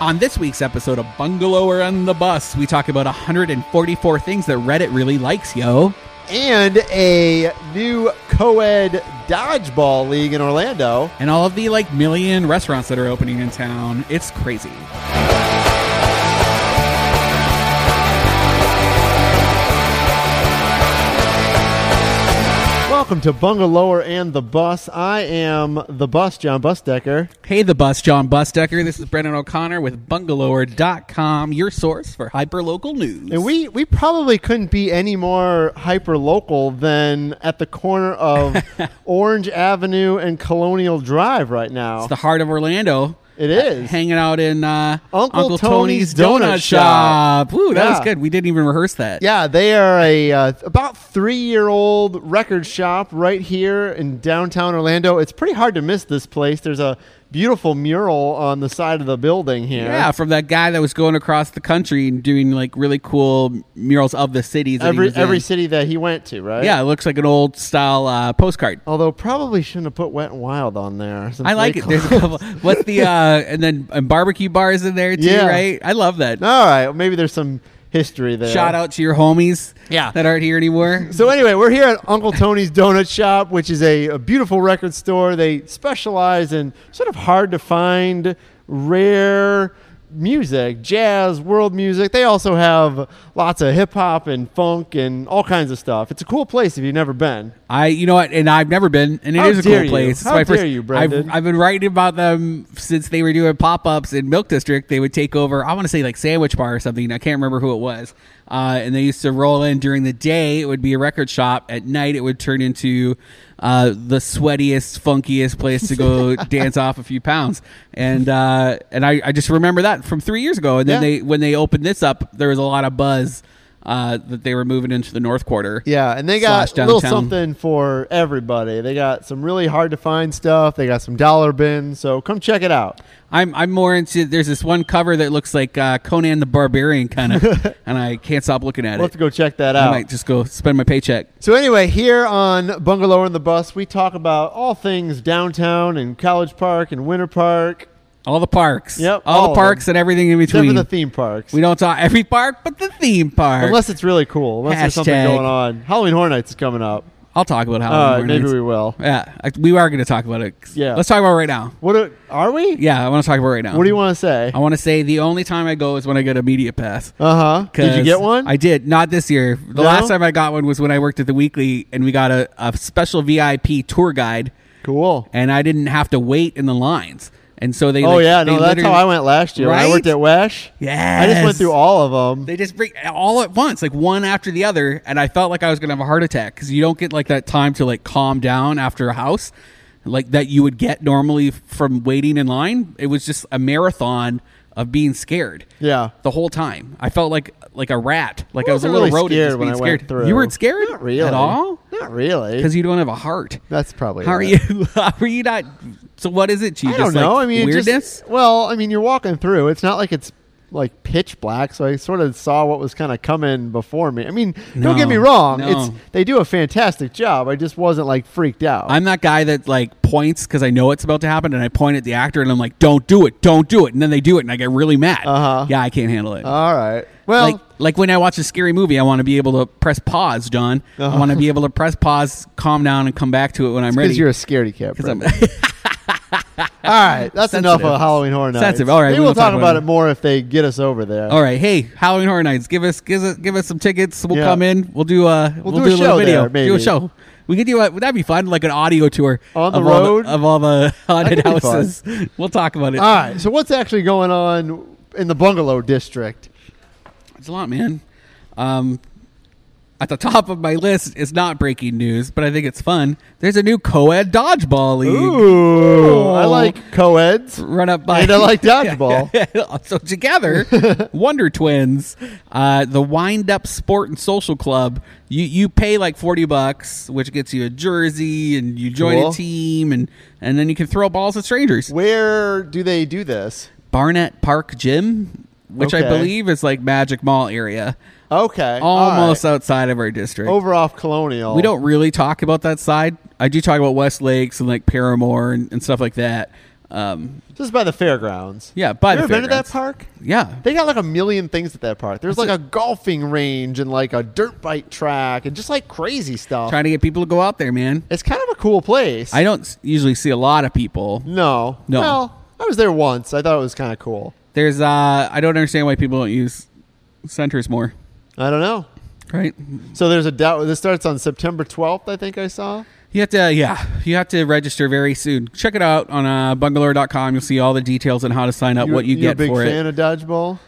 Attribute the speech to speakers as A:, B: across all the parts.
A: On this week's episode of Bungalower on the Bus, we talk about 144 things that Reddit really likes, yo.
B: and a new co-ed dodgeball league in Orlando.
A: And all of the like million restaurants that are opening in town. It's crazy.
B: Welcome to Bungalower and the Bus. I am the Bus, John Busdecker.
A: Hey, the bus, John Busdecker. This is Brendan O'Connor with Bungalower.com, your source for hyperlocal news.
B: And we, we probably couldn't be any more hyper local than at the corner of Orange Avenue and Colonial Drive right now.
A: It's the heart of Orlando.
B: It is.
A: Hanging out in uh,
B: Uncle Tony's Donut Shop.
A: Ooh, that was
B: Yeah.
A: good. We didn't even rehearse that.
B: Yeah, they are a uh, about three year old record shop right here in downtown Orlando. It's pretty hard to miss this place. There's a beautiful mural on the side of the building here.
A: Yeah, from that guy that was going across the country and doing like really cool murals of the cities. that he
B: every
A: was in.
B: every city that he went to, right?
A: yeah, it looks like an old style uh, postcard.
B: Although probably shouldn't have put Wet and Wild on there. since
A: I like
B: they
A: it. There's a couple. What's the uh, and then and barbecue bars in there too,
B: Yeah.
A: right? I love that.
B: clo- All right, well, maybe there's some history there.
A: Shout out to your homies,
B: Yeah.
A: that aren't here anymore.
B: So anyway, we're here at Uncle Tony's Donut Shop, which is a, a beautiful record store. They specialize in sort of hard to find, rare music, jazz, world music. They also have lots of hip hop and funk and all kinds of stuff. It's a cool place if you've never been.
A: I, you know what, and I've never been, and it is
B: How
A: a
B: dare
A: cool
B: you.
A: place. It's
B: How
A: my first-
B: dare you,
A: I've,
B: Brendan.
A: I've been writing about them since they were doing pop ups in Milk District. They would take over. I want to say like Sandwich Bar or something. I can't remember who it was. Uh, and they used to roll in during the day. It would be a record shop. At night, it would turn into uh, the sweatiest, funkiest place to go dance off a few pounds. And uh, and I, I just remember that from three years ago. And then
B: Yeah.
A: they when they opened this up, there was a lot of buzz. Uh, that they were moving into the north quarter.
B: Yeah, and they got
A: Slash
B: a little
A: downtown.
B: something for everybody. They got some really hard to find stuff. They got some dollar bins. So come check it out.
A: I'm I'm more into. There's this one cover that looks like uh, Conan the Barbarian kind of, and I can't stop looking at
B: We'll have
A: it.
B: to go check that
A: I
B: out.
A: might just go spend my paycheck.
B: So anyway, here on Bungalow and the Bus, we talk about all things downtown and College Park and Winter Park,
A: All the parks.
B: Yep,
A: All,
B: all
A: the
B: of
A: parks and everything in
B: except for
A: between.
B: the theme parks.
A: we don't talk every park, but the theme park.
B: unless it's really cool, unless there's something
A: Hashtag.
B: going on. Halloween Horror Nights is coming up.
A: I'll talk about how.
B: All right, Uh, maybe we will.
A: Yeah, I, we are going to talk about it.
B: Yeah.
A: Let's talk about it right now.
B: What are, are we?
A: Yeah, I want to talk about it right now.
B: What do you want to say?
A: I want to say the only time I go is when I get a media pass.
B: Uh huh. Did you
A: 'Cause
B: get one?
A: I did. Not this year. The
B: No?
A: last time I got one was when I worked at the Weekly, and we got a, a special VIP tour guide.
B: cool.
A: and I didn't have to wait in the lines. And so they.
B: Oh
A: like,
B: yeah,
A: they
B: no, that's how
A: literally-
B: I went last year. When I
A: Right?
B: worked at Wesh.
A: Yes.
B: I just went through all of them.
A: They just bring all at once, like one after the other, and I felt like I was gonna have a heart attack because you don't get like that time to like calm down after a house, like that you would get normally from waiting in line. It was just a marathon of being scared.
B: yeah.
A: The whole time, I felt like like a rat. Like I was a
B: wasn't
A: little
B: really
A: rodent
B: scared
A: just
B: when
A: being
B: I went
A: scared.
B: through.
A: You weren't scared
B: Not really
A: at all
B: Not really.
A: because you don't have a heart.
B: That's probably
A: How are
B: it.
A: you? How are you not? So what is it? to You
B: I
A: just
B: don't know.
A: Like,
B: I mean, it
A: weirdness.
B: Just, well, I mean, you're walking through. It's not like it's like pitch black, so I sort of saw what was kind of coming before me. I mean,
A: No,
B: don't get me wrong.
A: no.
B: It's they do a fantastic job. I just wasn't like freaked out.
A: I'm that guy that like points because I know it's about to happen, and I point at the actor, and I'm like, "Don't do it! Don't do it!" And then they do it, and I get really mad.
B: Uh-huh.
A: Yeah, I can't handle it.
B: All right. Well,
A: like, like when I watch a scary movie, I want to be able to press pause, John. I want to be able to press pause, calm down, and come back to it when I'm ready.
B: because you're a scaredy cat.
A: I'm-
B: Brendan. All right, that's enough
A: Sensitive.
B: of Halloween Horror Nights.
A: Sensitive. All right,
B: Maybe
A: we
B: we'll
A: won't talk
B: talk
A: about
B: about
A: it.
B: it more if they get us over there.
A: all right, hey, Halloween Horror Nights, give us give us give us some tickets. We'll
B: Yeah.
A: come in. We'll do a we'll,
B: do a
A: little
B: show
A: video.
B: there,
A: Do a
B: maybe.
A: show. We could do a, would that be fun? Like an audio tour
B: On the
A: of all
B: road?
A: of all the haunted
B: That could be fun. Uh,
A: houses. We'll talk about it.
B: All right. So what's actually going on in the bungalow district?
A: It's a lot, man. Um, at the top of my list is not breaking news, but I think it's fun. There's a new co-ed dodgeball league.
B: Ooh, I like co-eds.
A: Run up by
B: And I like dodgeball.
A: so together, Wonder Twins, uh, the Wind Up Sport and Social Club. You you pay like forty bucks, which gets you a jersey, and you join
B: Cool.
A: a team, and and then you can throw balls at strangers.
B: Where do they do this?
A: Barnett Park Gym, which I
B: Okay.
A: believe is like Magic Mall area,
B: Okay, all right.
A: almost outside of our district.
B: over off Colonial.
A: We don't really talk about that side. I do talk about West Lakes and like Paramore and, and stuff like that. Um,
B: Just by the fairgrounds.
A: Yeah, by
B: you
A: the
B: ever been to that
A: fairgrounds.
B: park?
A: yeah,
B: They got like a million things at that park. There's
A: That's
B: like a golfing range and like a dirt bike track and just like crazy stuff.
A: trying to get people to go out there, man.
B: It's kind of a cool place.
A: I don't s- usually see a lot of people.
B: no.
A: No.
B: Well, I was there once. I thought it was kind of cool.
A: There's, uh, I don't understand why people don't use centers more,
B: I don't know.
A: right?
B: So there's a doubt. This starts on September 12th, I think I saw.
A: You have to, yeah, you have to register very soon. Check it out on uh, bungalow.com. You'll see all the details on how to sign up, what you
B: you're
A: get
B: a big
A: for it.
B: fan of dodgeball?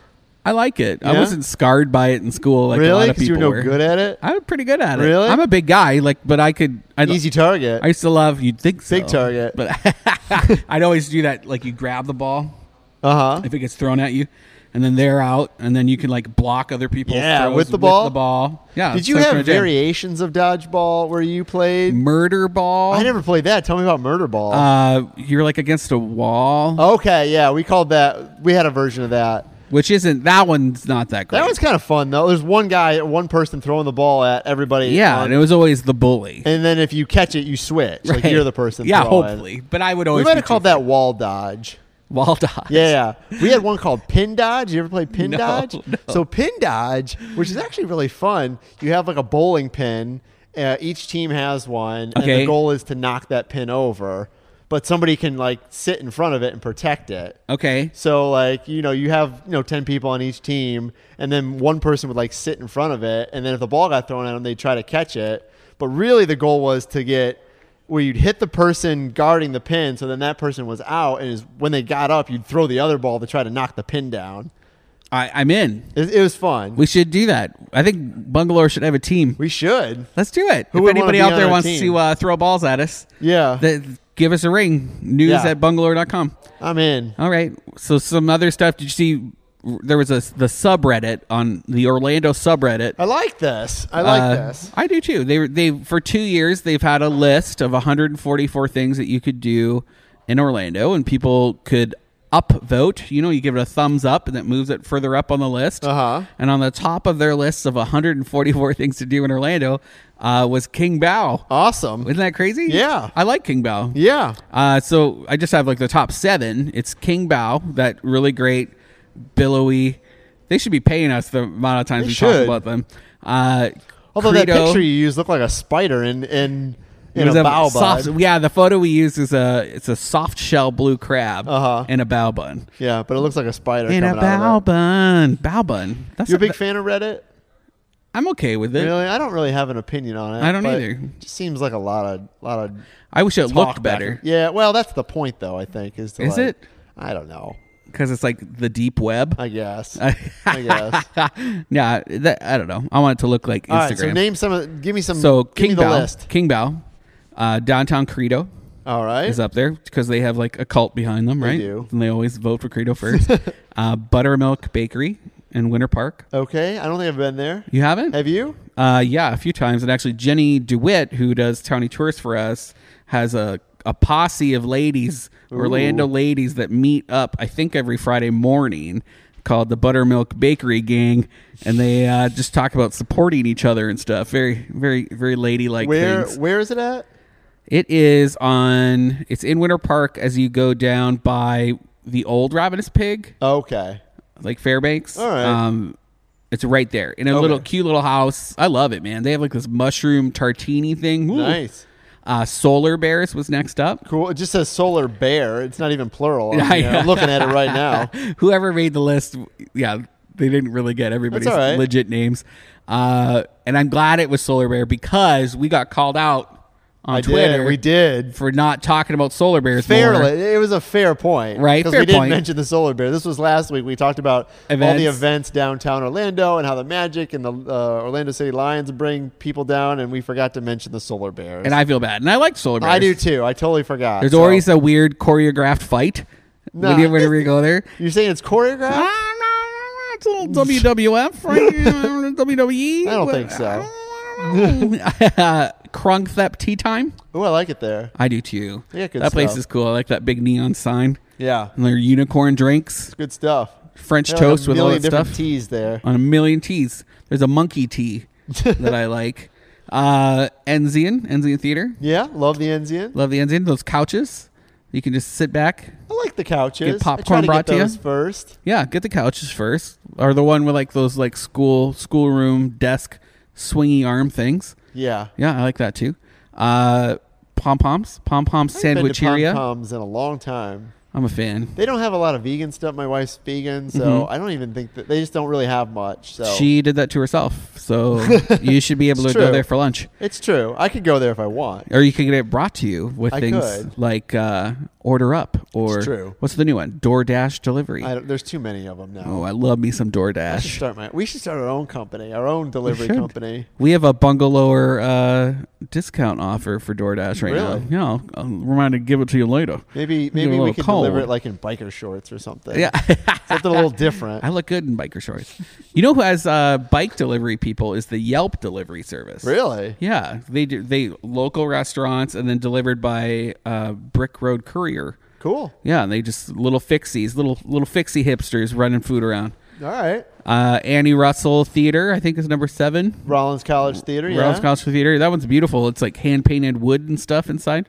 A: I like it. I
B: Yeah?
A: wasn't scarred by it in school like a
B: really?
A: lot of
B: Because you
A: people
B: were no
A: were.
B: good at it?
A: I'm pretty good at it.
B: Really?
A: I'm a big guy, like, but I could. I,
B: Easy target.
A: I used to love. You'd think so,
B: Big target.
A: but I'd always do that. Like you grab the ball
B: Uh huh.
A: if it gets thrown at you, and then they're out, and then you can like block other people's
B: Yeah,
A: throws
B: with the ball?
A: With the ball. Yeah.
B: Did you
A: that's
B: have
A: what I
B: variations of dodgeball where you played?
A: murder ball?
B: I never played that. Tell me about murder ball.
A: Uh, you're like against a
B: Oh.
A: wall,
B: okay, yeah, we called that. We had a version of that.
A: which isn't that one's not that great.
B: That was kind of fun though. There's one guy, one person throwing the ball at everybody.
A: yeah,
B: on-
A: and it was always the bully.
B: and then if you catch it, you switch. Like
A: Right.
B: you're the person.
A: Yeah,
B: throwing.
A: hopefully. But I would
B: We
A: always
B: might
A: be
B: have called
A: too-
B: that wall dodge.
A: wall dodge.
B: Yeah, yeah. we had one called pin dodge. You ever play pin
A: No,
B: dodge?
A: no.
B: So pin dodge, which is actually really fun. You have like a bowling pin. Uh, each team has one, and
A: Okay.
B: the goal is to knock that pin over. But somebody can like sit in front of it and protect it.
A: Okay.
B: So like you know you have you know ten people on each team, and then one person would like sit in front of it, and then if the ball got thrown at them, they'd try to catch it. But really, the goal was to get where you'd hit the person guarding the pin, so then that person was out, and is when they got up, you'd throw the other ball to try to knock the pin down.
A: I, I'm in.
B: It, it was fun. We,
A: We should do that. I think Bungalow should have a team.
B: should.
A: Let's do it.
B: Who
A: if
B: would wanna
A: anybody
B: be
A: out
B: on
A: there
B: our
A: wants
B: team?
A: to uh, throw balls at us,
B: Yeah,
A: th- give us a ring. News
B: Yeah.
A: at bungalow.com.
B: I'm in.
A: All right. So some other stuff. Did you see? There was a the subreddit on the Orlando subreddit.
B: I like this. Oh, I like
A: Uh,
B: this.
A: I do too. They they for two years they've had a list of 144 things that you could do in Orlando, and people could upvote. You know, you give it a thumbs up, and that moves it further up on the list.
B: Uh-huh.
A: And on the top of their list of 144 things to do in Orlando uh, was King Bao.
B: Awesome.
A: Isn't that crazy?
B: Yeah.
A: I like King Bao.
B: Yeah.
A: Uh, so I just have like the top seven. It's King Bao, that really great, billowy. They should be paying us the amount of times
B: They
A: we
B: should.
A: talk about them. Uh,
B: Although that
A: Credo.
B: picture you used looked like a spider in in
A: It
B: in a,
A: was
B: bow
A: soft-
B: bud.
A: yeah, the photo we used is a it's a soft shell blue crab
B: Uh-huh.
A: and a bao bun.
B: Yeah, but it looks like a spider
A: And a
B: coming out of
A: bao
B: it.
A: bun, bao bun. That's
B: You're a
A: not-
B: big fan of Reddit?
A: I'm okay with it.
B: Really? I don't really have an opinion on it.
A: I don't
B: but
A: either.
B: It just seems like a lot of lot of
A: I wish it
B: talk
A: looked
B: back
A: better
B: and- Yeah, well, that's the point though, I think, is to
A: Is
B: like-
A: it?
B: I don't know.
A: because it's like the deep web.
B: I guess. I guess.
A: yeah, that, I don't know. I want it to look like
B: All
A: Instagram.
B: right, so name some of give me some
A: So
B: Mm-hmm. give me
A: King
B: the
A: Bao,
B: list.
A: King Bao, uh, downtown Credo
B: All right.
A: is up there because they have like a cult behind them, right?
B: do.
A: And they always vote for Credo first. uh, Buttermilk Bakery in Winter Park.
B: Okay. I don't think I've been there.
A: You haven't?
B: Have you?
A: Uh, yeah, a few times. And actually, Jenny DeWitt, who does Towny Tours for us, has a, a posse of ladies, Orlando ladies, that meet up, I think, every Friday morning called the Buttermilk Bakery Gang. And they uh, just talk about supporting each other and stuff. Very, very, very ladylike
B: Where
A: things.
B: where is it at?
A: It is on, it's in Winter Park as you go down by the old Ravenous Pig
B: Okay.
A: like Fairbanks.
B: All right.
A: Um, it's right there in a
B: Okay.
A: little cute little house. I love it, man. They have like this mushroom tartini thing. Ooh.
B: Nice.
A: Uh, Solar Bears was next up.
B: Cool. It just says solar bear. It's not even plural. I'm,
A: Yeah,
B: you know,
A: yeah.
B: I'm looking at it right now.
A: Whoever made the list, yeah, they didn't really get everybody's
B: That's all right.
A: legit names. Uh, and I'm glad it was Solar Bear because we got called out on
B: I
A: Twitter
B: did. We did.
A: for not talking about Solar Bears more.
B: Fairly, it was a fair point,
A: Right,
B: Because
A: fair
B: we didn't
A: point.
B: mention the solar bear. This was last week. We talked about all
A: Events.
B: the events downtown Orlando and how the Magic and the uh, Orlando City Lions bring people down, and we forgot to mention the solar bears.
A: And I feel bad. And I like Solar Bears.
B: I do too. I totally forgot.
A: There's
B: So-
A: always a weird choreographed fight
B: Nah.
A: when you- whenever you go there.
B: You're saying it's choreographed?
A: Ah, no, no, no, It's a little WWF, right? WWE.
B: I don't think so.
A: uh, Krongthep Tea Time.
B: Oh, I like it there.
A: I do too.
B: Yeah, good
A: that place
B: stuff.
A: is cool. I like that big neon sign
B: Yeah,
A: and their unicorn drinks,
B: good stuff.
A: French
B: They have
A: toast
B: a
A: with all
B: million
A: that
B: different
A: stuff
B: Teas there.
A: on a million teas. There's a monkey tea that I like. Uh, Enzian, Enzian Theater.
B: Yeah, love the Enzian.
A: Love the Enzian. Those couches. You can just sit back.
B: I like the couches.
A: Get
B: I try
A: popcorn
B: to
A: brought
B: get
A: to you?
B: those first.
A: Yeah, get the couches first, or the one with like those like school schoolroom desk swingy arm things.
B: Yeah.
A: Yeah, I like that too. Uh, pom poms, pom pom
B: Pom
A: sandwicheria.
B: poms in a long time.
A: I'm a fan.
B: They don't have a lot of vegan stuff. My wife's vegan, so I don't even think that they just don't really have much. So
A: Mm-hmm. She did that to herself, so you should be able to
B: It's
A: go
B: true.
A: there for lunch,
B: it's true. I could go there if I want.
A: or you could get it brought to you with
B: I
A: things
B: could.
A: like uh, order up or
B: true.
A: what's the new one? DoorDash delivery.
B: I don't, there's too many of them now.
A: oh, I love me some
B: I should
A: DoorDash.
B: start my. We should start our own company, our own delivery
A: should.
B: company.
A: We have a bungalower uh, discount offer for DoorDash right
B: Really?
A: now. Yeah, I'll, I'll remind to give it to you later.
B: Maybe
A: a
B: maybe we
A: little
B: could
A: cold.
B: deliver it like in biker shorts or something.
A: Yeah.
B: something a little different.
A: I look good in biker shorts. You know who has uh, bike delivery people is the Yelp delivery service.
B: really?
A: Yeah, they do. They local restaurants and then delivered by uh, Brick Road Courier.
B: Cool.
A: Yeah, and they just little fixies, little little fixie hipsters running food around.
B: All right.
A: Uh, Annie Russell Theater, I think, is number seven.
B: Rollins College Theater. Yeah.
A: Rouse College Theater. That one's beautiful. It's like hand painted wood and stuff inside.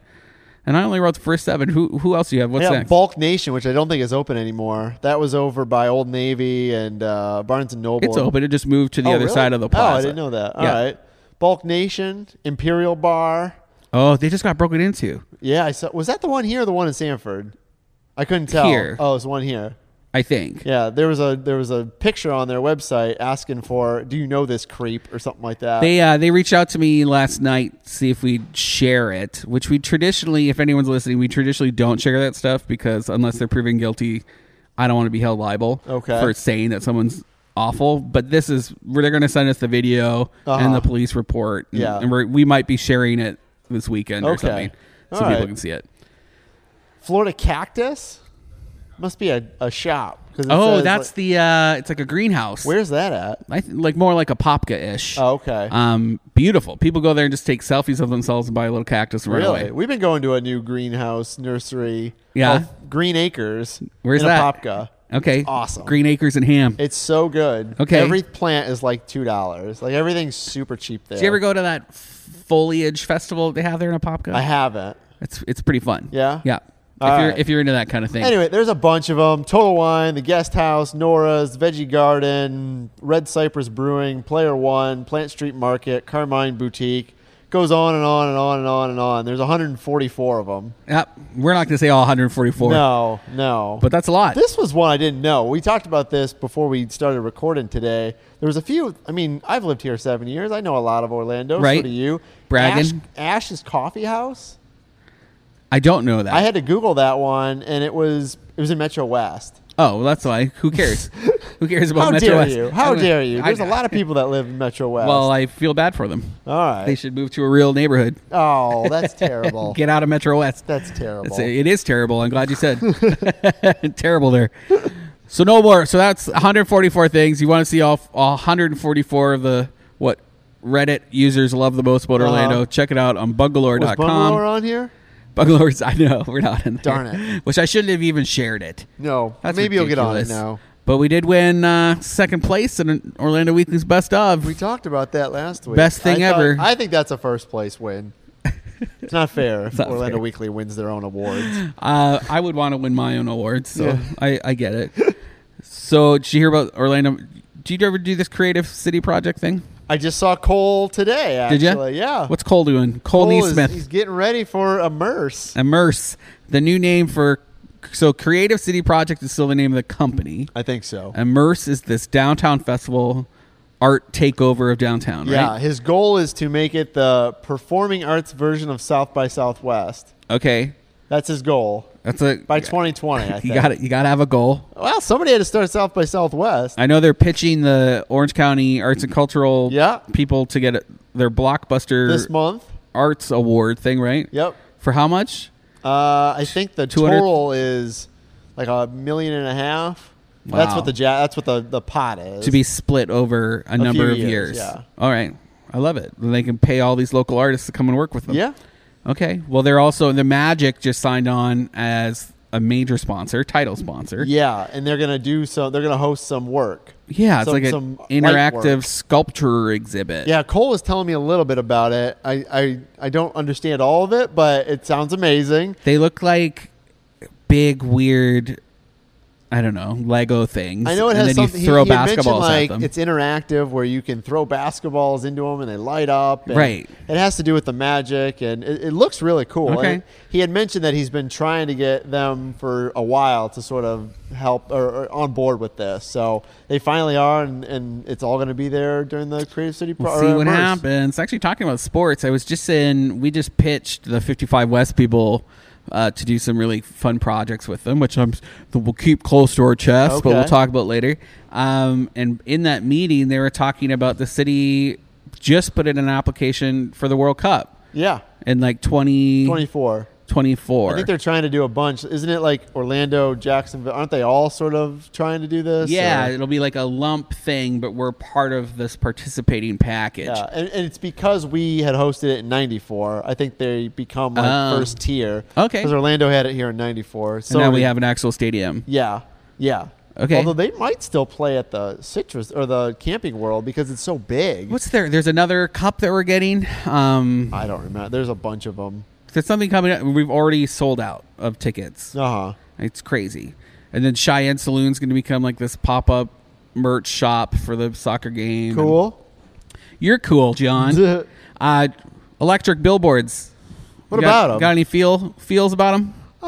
A: And I only wrote the first seven. Who who else do you have? What's
B: yeah,
A: next?
B: Bulk Nation, which I don't think is open anymore. That was over by Old Navy and uh, Barnes and Noble.
A: it's open. It just moved to the
B: Oh,
A: other
B: really?
A: side of the plaza.
B: Oh, I didn't know that. All right,
A: Yeah.
B: Bulk Nation, Imperial Bar.
A: Oh, they just got broken into.
B: Yeah, I saw. Was that the one here or the one in Sanford? I couldn't tell.
A: Here.
B: Oh, it's one here.
A: I think.
B: Yeah, there was a there was a picture on their website asking for, "Do you know this creep?" or something like that.
A: They uh, they reached out to me last night to see if we'd share it, which we traditionally, if anyone's listening, we traditionally don't share that stuff because unless they're proven guilty, I don't want to be held liable
B: Okay.
A: for saying that someone's awful. But this is where they're going to send us the video and
B: Uh-huh.
A: the police report. And,
B: Yeah.
A: and we're, we might be sharing it this weekend or
B: Okay.
A: something, so
B: All
A: people
B: right.
A: can see it.
B: Florida Cactus must be a, a shop. 'cause it
A: Oh,
B: says,
A: that's
B: like-
A: the uh, it's like a greenhouse.
B: where's that at?
A: I th- like more like a popka ish.
B: Oh, okay.
A: Um, beautiful. People go there and just take selfies of themselves and buy a little cactus and run
B: Really?
A: away.
B: We've been going to a new greenhouse nursery.
A: Yeah.
B: called Green Acres.
A: Where's
B: in
A: that?
B: Apopka.
A: Okay.
B: It's awesome.
A: Green Acres and Ham.
B: It's so good.
A: Okay.
B: Every plant is like two dollars. Like everything's super cheap there.
A: Did you ever go to that f- foliage festival they have there in Apopka?
B: I haven't.
A: it's it's pretty fun.
B: Yeah?
A: Yeah. If
B: All
A: you're
B: right.
A: if you're into that kind of thing.
B: Anyway, there's a bunch of them. Total Wine, The Guest House, Nora's, Veggie Garden, Red Cypress Brewing, Player One, Plant Street Market, Carmine Boutique. Goes on and on and on and on and on. There's 144 of them.
A: Yep. we're not going to say all 144,
B: No, no.
A: but that's a lot.
B: This was one I didn't know. We talked about this before we started recording today. There was a few. I mean, I've lived here seven years. I know a lot of Orlando.
A: Right.
B: So do you.
A: Bragging.
B: Ash, Ash's Coffee House.
A: I don't know that.
B: I had to Google that one, and it was it was in Metro West.
A: oh, well, that's why. Who cares? Who cares about
B: How
A: Metro
B: dare
A: West?
B: you? How
A: I-
B: dare you?
A: I-
B: There's a lot of people that live in Metro West.
A: Well, I feel bad for them.
B: all right.
A: They should move to a real neighborhood.
B: oh, that's terrible.
A: Get out of Metro West.
B: that's terrible.
A: It's, it is terrible. I'm glad you said terrible there. So no more. So that's 144 things you want to see. All, all 144 of the what Reddit users love the most about
B: Uh-huh.
A: Orlando. Check it out on
B: was
A: bungalower.com.
B: Bungalower on here?
A: Bungalowers. I know we're not in there.
B: Darn it.
A: Which I shouldn't have even shared it.
B: No.
A: That's
B: Maybe you'll get on it
A: ridiculous.
B: now.
A: But we did win uh, second place in an Orlando Weekly's Best of.
B: We talked about that last week.
A: Best thing
B: I thought-
A: ever.
B: I think that's a first place win. it's not fair. if
A: not
B: Orlando
A: fair.
B: Weekly wins their own awards.
A: Uh, I would want to win my own awards, so
B: Yeah.
A: I, I get it. so did you hear about Orlando? Did you ever do this creative city project thing?
B: I just saw Cole today.
A: Did
B: Actually,
A: you?
B: yeah.
A: What's Cole doing? Cole,
B: Cole is-
A: Neesmith.
B: He's getting ready for immerse.
A: Immerse, the new name for so Creative City Project is still the name of the company.
B: I think so.
A: Immerse is this downtown festival art takeover of downtown,
B: Yeah,
A: right?
B: his goal is to make it the performing arts version of South by Southwest.
A: Okay.
B: That's his goal
A: That's a
B: by 2020. I think.
A: You got it. You got to have a goal.
B: Well, somebody had to start South by Southwest.
A: I know they're pitching the Orange County Arts and Cultural
B: Yeah.
A: people to get their blockbuster
B: this month.
A: arts award thing, right?
B: Yep.
A: For how much?
B: Uh, I think the
A: 200
B: total is like a million and a half. That's
A: Wow.
B: what the ja- that's what the, the pot is.
A: To be split over a, number
B: few
A: of years.
B: years, yeah.
A: All right. I love it. Then they can pay all these local artists to come and work with them.
B: yeah.
A: Okay. Well, they're also the Magic just signed on as a major sponsor, title sponsor.
B: Yeah, and they're gonna do some. They're gonna host some work.
A: Yeah, it's
B: Some-
A: like
B: some
A: an
B: light
A: interactive
B: work.
A: sculpture exhibit.
B: Yeah, Cole was telling me a little bit about it. I, I I don't understand all of it, but it sounds amazing.
A: They look like big weird. I don't know Lego things.
B: I know it
A: and
B: has
A: then
B: something.
A: You throw
B: he, he had mentioned,
A: basketballs
B: like
A: at them.
B: it's interactive, where you can throw basketballs into them and they light up. and
A: Right.
B: It has to do with the magic, and it, it looks really cool.
A: Okay.
B: And he had mentioned that he's been trying to get them for a while to sort of help or, or on board with this. So they finally are, and, and it's all going to be there during the Creative City. Pro-
A: We'll
B: or,
A: see
B: uh,
A: what
B: Merce.
A: happens. Actually, talking about sports, I was just in. We just pitched the 55 West people uh, to do some really fun projects with them, which I'm that we'll keep close to our chest, but we'll
B: Okay.
A: talk about later. Um, and in that meeting, they were talking about the city just put in an application for the World Cup
B: Yeah,
A: in like 20,
B: twenty-four.
A: 24.
B: I think they're trying to do a bunch, isn't it? Like Orlando, Jacksonville, aren't they all sort of trying to do this?
A: yeah,
B: or-
A: it'll be like a lump thing, but we're part of this participating package.
B: Yeah, and, and it's because we had hosted it in '94. I think they become like
A: Oh.
B: first tier.
A: Okay.
B: because Orlando had it here in '94. So
A: and now we have an actual stadium.
B: Yeah, yeah.
A: Okay.
B: Although they might still play at the Citrus or the Camping World because it's so big.
A: What's there? There's another cup that we're getting. Um,
B: I don't remember. There's a bunch of them.
A: there's something coming up. We've already sold out of tickets.
B: Uh huh.
A: It's crazy. And then Cheyenne Saloon's going to become like this pop up merch shop for the soccer game.
B: Cool.
A: You're cool, John. uh, electric billboards.
B: What
A: You got,
B: about 'em?
A: Got any feel feels about them?
B: Uh,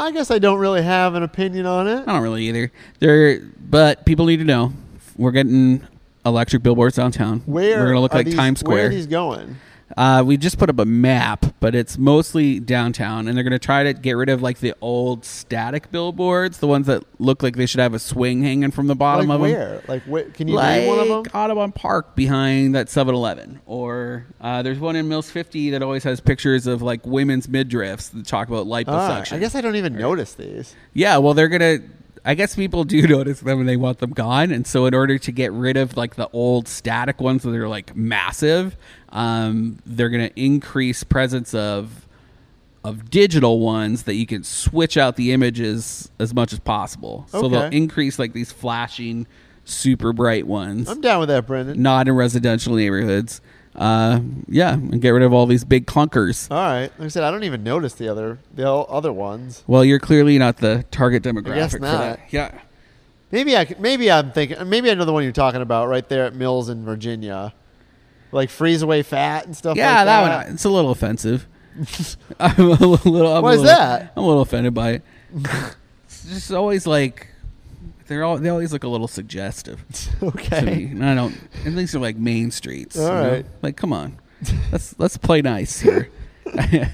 B: I guess I don't really have an opinion on it.
A: I don't really either. They're but people need to know we're getting electric billboards downtown.
B: Where
A: we're going to look
B: are
A: like
B: these-
A: Times Square.
B: Where are these going?
A: Uh, we just put up a map, but it's mostly downtown, and they're going to try to get rid of like the old static billboards, the ones that look like they should have a swing hanging from the bottom
B: like
A: of them.
B: where? Like where? Can you name one of
A: Like
B: them?
A: Audubon Park behind that 7-Eleven, or uh, there's one in Mills 50 that always has pictures of like women's midriffs that talk about
B: Ah,
A: liposuction.
B: I guess I don't even notice these.
A: Yeah, well, they're gonna. I guess people do notice them and they want them gone, and so in order to get rid of like the old static ones that are like massive, um, they're gonna increase presence of of digital ones that you can switch out the images as much as possible. So they'll
B: Okay.
A: increase like these flashing, super bright ones,
B: I'm down with that, Brendan.
A: not in residential neighborhoods. Uh, yeah, and get rid of all these big clunkers.
B: All right. Like I said, I don't even notice the other the o- other ones.
A: Well, you're clearly not the target demographic for
B: not.
A: that. Yeah.
B: Maybe I c- maybe I'm thinking maybe I know the one you're talking about right there at Mills in Virginia, like freeze away fat and stuff.
A: Yeah, that,
B: like that
A: one. It's a little offensive. I'm a little. I'm a
B: Why is
A: little-
B: that?
A: I'm a little offended by it. it's just always like they're all. They always look a little suggestive to me.
B: okay.
A: And I don't. And these are like main streets.
B: All
A: you know?
B: right.
A: Like, come on. Let's let's play nice here.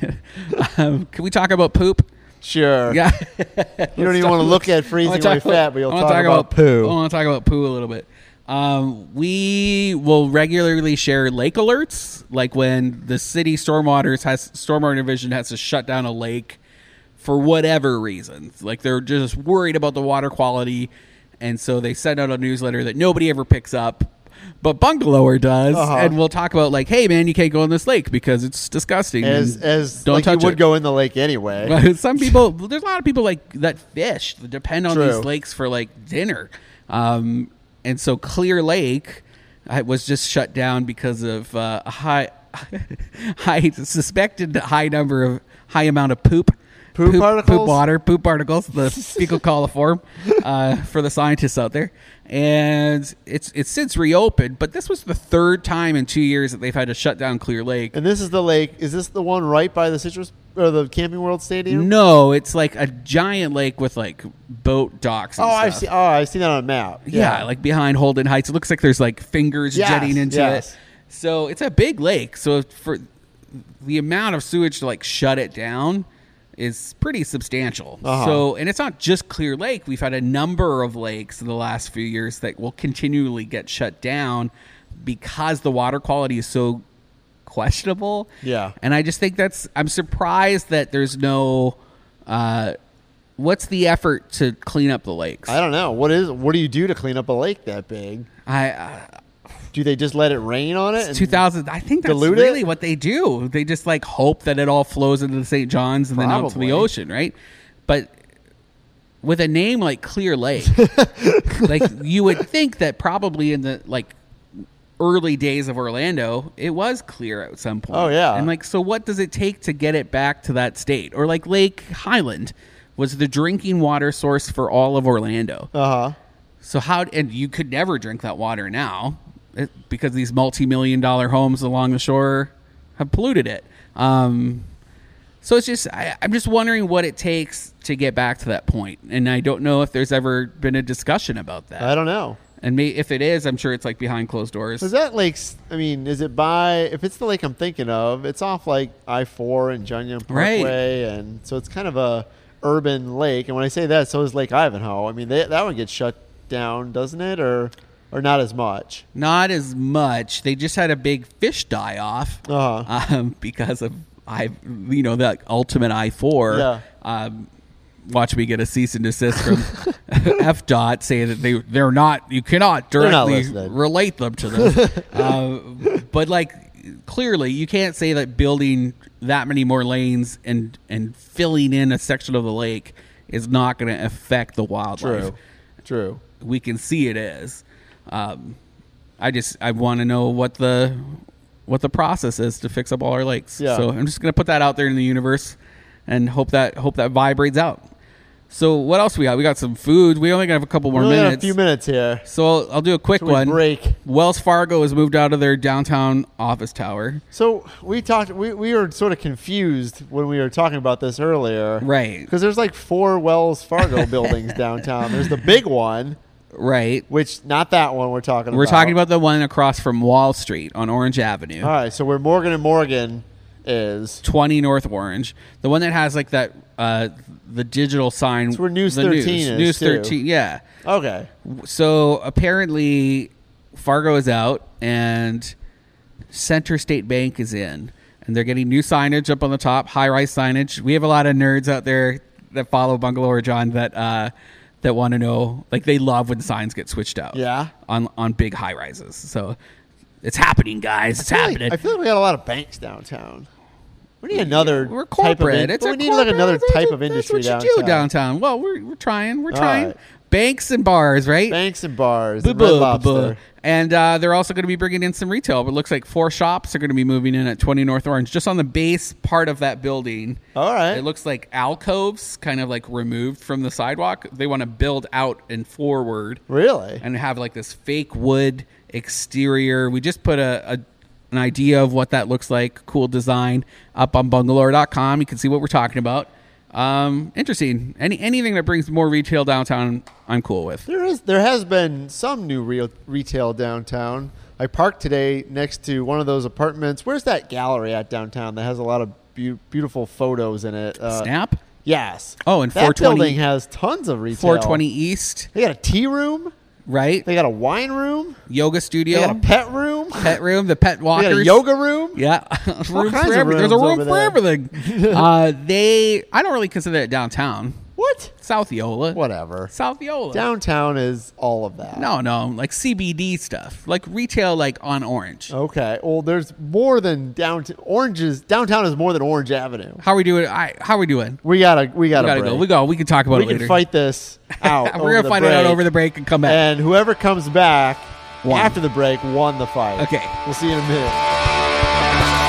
A: um, can we talk about poop?
B: Sure.
A: Yeah.
B: you don't even want to look at freezing away fat, but you'll
A: I
B: talk,
A: wanna
B: about,
A: I
B: poo.
A: want to talk about poo a little bit. Um, we will regularly share lake alerts, like when the city stormwaters has stormwater division has to shut down a lake for whatever reasons. Like they're just worried about the water quality, and so they send out a newsletter that nobody ever picks up. But Bungalower does,
B: Uh-huh.
A: and we'll talk about like, hey man, you can't go in this lake because it's disgusting.
B: As
A: and
B: as like you would go in the lake anyway.
A: but some people, there's a lot of people like that fish that depend on
B: True.
A: these lakes for like dinner. Um, and so Clear Lake uh, was just shut down because of uh, a high, high suspected high number of high amount of poop.
B: Poop
A: poop
B: particles?
A: water, poop particles, the fecal coliform, uh, for the scientists out there, and it's it's since reopened. But this was the third time in two years that they've had to shut down Clear Lake.
B: And this is the lake. Is this the one right by the Citrus or the Camping World Stadium?
A: No, it's like a giant lake with like boat docks. And
B: Oh, I've
A: stuff.
B: seen. Oh, I see that on a map.
A: Yeah. like behind Holden Heights, it looks like there's like fingers
B: Yes,
A: jetting into
B: yes.
A: it. So it's a big lake. So for the amount of sewage to like shut it down is pretty substantial.
B: Uh-huh.
A: So and it's not just Clear Lake. We've had a number of lakes in the last few years that will continually get shut down because the water quality is so questionable.
B: Yeah.
A: And I just think that's I'm surprised that there's no uh what's the effort to clean up the lakes?
B: I don't know. What is? What do you do to clean up a lake that big?
A: I uh,
B: Do they just let it rain on it? and-
A: 2000 i think that's
B: dilute it?
A: really what they do they just like hope that it all flows into the st john's and then out to the
B: Probably.
A: ocean right but with a name like clear lake like you would think that probably in the like early days of orlando it was clear at some point
B: Oh, yeah.
A: and like so what does it take to get it back to that state or like lake highland was the drinking water source for all of Orlando.
B: Uh huh.
A: So how and you could never drink that water now it, because these multi-million dollar homes along the shore have polluted it. Um, so it's just I, I'm just wondering what it takes to get back to that point, and I don't know if there's ever been a discussion about that.
B: I don't know.
A: and may, if it is, I'm sure it's like behind closed doors.
B: Is that like? s- I mean, is it by? If it's the lake I'm thinking of, it's off like I four and Junyun
A: Right.
B: Parkway, and so it's kind of a urban lake. And when I say that, so is Lake Ivanhoe. I mean, they, that one gets shut down, doesn't it, or or not as much?
A: Not as much. They just had a big fish die off
B: Uh-huh.
A: um, because of I, you know, that ultimate I four.
B: Yeah.
A: Um, watch me get a cease and desist from F dot saying that they they're not you cannot
B: not
A: directly
B: listening.
A: relate them to this. uh, but like clearly, you can't say that building that many more lanes and and filling in a section of the lake is not going to affect the wildlife
B: True.
A: we can see it is. Um, I just I want to know what the what the process is to fix up all our lakes.
B: Yeah.
A: So I'm just gonna put that out there in the universe and hope that hope that vibrates out. So what else we got? We got some food. We only have a couple more
B: We only got
A: minutes.
B: a few minutes here.
A: So I'll, I'll do a quick
B: Till we
A: one.
B: break.
A: Wells Fargo has moved out of their downtown office tower.
B: So we talked. We, we were sort of confused when we were talking about this earlier,
A: Right.
B: Because there's like four Wells Fargo buildings downtown. There's the big one,
A: Right.
B: which not that one we're talking.
A: We're
B: about.
A: talking about the one across from Wall Street on Orange Avenue.
B: All right, so where Morgan and Morgan is,
A: 20 North Orange, the one that has like that uh the digital sign. It's
B: where News 13 is,
A: News
B: too.
A: 13, yeah.
B: okay.
A: So apparently Fargo is out and Center State Bank is in and they're getting new signage up on the top, high-rise signage. We have a lot of nerds out there that follow Bungalow or John that uh that want to know like they love when signs get switched out.
B: Yeah.
A: On on big high-rises. So it's happening, guys. It's
B: I feel,
A: happening.
B: like, I feel like we got a lot of banks downtown. We need another.
A: We're
B: Type of
A: corporate.
B: in-
A: it's
B: but
A: a
B: we need
A: corporate-
B: like another
A: that's
B: type
A: what-
B: of industry
A: That's what you do downtown. Well, we're, we're trying. We're
B: All
A: trying.
B: right.
A: Banks and bars, right?
B: Banks and bars.
A: Buh,
B: and Red
A: buh, buh,
B: Lobster.
A: buh. And uh, they're also going to be bringing in some retail. But it looks like four shops are going to be moving in at 20 North Orange, just on the base part of that building.
B: All right.
A: It looks like alcoves, kind of like removed from the sidewalk. They want to build out and forward
B: Really?
A: and have like this fake wood exterior. We just put a, a an idea of what that looks like, cool design up on bungalore.com. You can see what we're talking about. Um, interesting. Any anything that brings more retail downtown, I'm cool with.
B: There is there has been some new real retail downtown. I parked today next to one of those apartments. Where's that gallery at downtown that has a lot of beau beautiful photos in it? Uh,
A: Snap,
B: Yes.
A: Oh, and
B: that
A: 420
B: building has tons of retail.
A: 420 East,
B: They got a tea room.
A: right?
B: They got a wine room.
A: Yoga
B: They got a
A: studio,
B: pet room.
A: pet room, the pet
B: They
A: walkers,
B: got a yoga room.
A: Yeah, rooms for
B: kinds of
A: everything. There's a
B: rooms
A: room
B: over
A: for
B: there.
A: everything. uh, they, I don't really consider it downtown.
B: What?
A: South Yola,
B: Whatever.
A: South Yola.
B: Downtown is all of that.
A: No, no, like CBD stuff, like retail, like on Orange.
B: Okay. Well, there's more than downtown. Oranges downtown is more than Orange Avenue.
A: How we doing? I how we doing?
B: We gotta. We gotta.
A: We gotta
B: break.
A: go. We go. We can talk about
B: We
A: it
B: can
A: later.
B: fight this out. over
A: We're gonna
B: the
A: find it out
B: break,
A: over the break and come back.
B: And whoever comes back
A: Won.
B: after the break won the fight.
A: Okay.
B: We'll see you in a minute.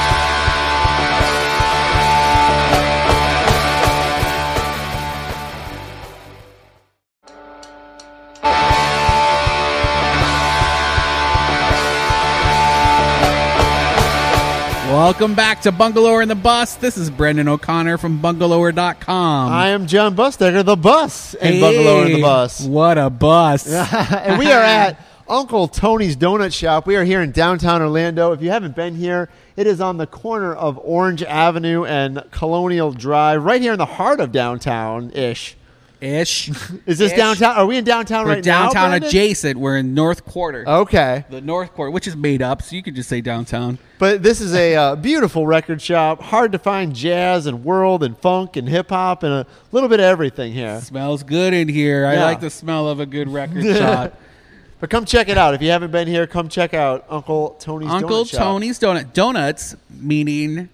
A: Welcome back to Bungalower and the Bus. This is Brendan O'Connor from Bungalower.com.
B: I am John Busdecker, the bus, and Bungalow in the
A: Hey,
B: bus.
A: What a bus!
B: and we are at Uncle Tony's Donut Shop. We are here in downtown Orlando. If you haven't been here, it is on the corner of Orange Avenue and Colonial Drive, right here in the heart of downtown ish.
A: Ish.
B: Is this
A: Ish.
B: downtown? Are we in downtown
A: We're
B: right
A: downtown
B: now? Oh. Brandon?
A: adjacent. We're in North Quarter.
B: Okay.
A: The North Quarter, which is made up, so you could just say downtown.
B: But this is a uh, beautiful record shop. Hard to find jazz and world and funk and hip hop and a little bit of everything here.
A: Smells good in here. I
B: Yeah.
A: like the smell of a good record shop.
B: But come check it out. If you haven't been here, come check out Uncle Tony's
A: Uncle
B: Donut Shop.
A: Tony's Donut. Donuts meaning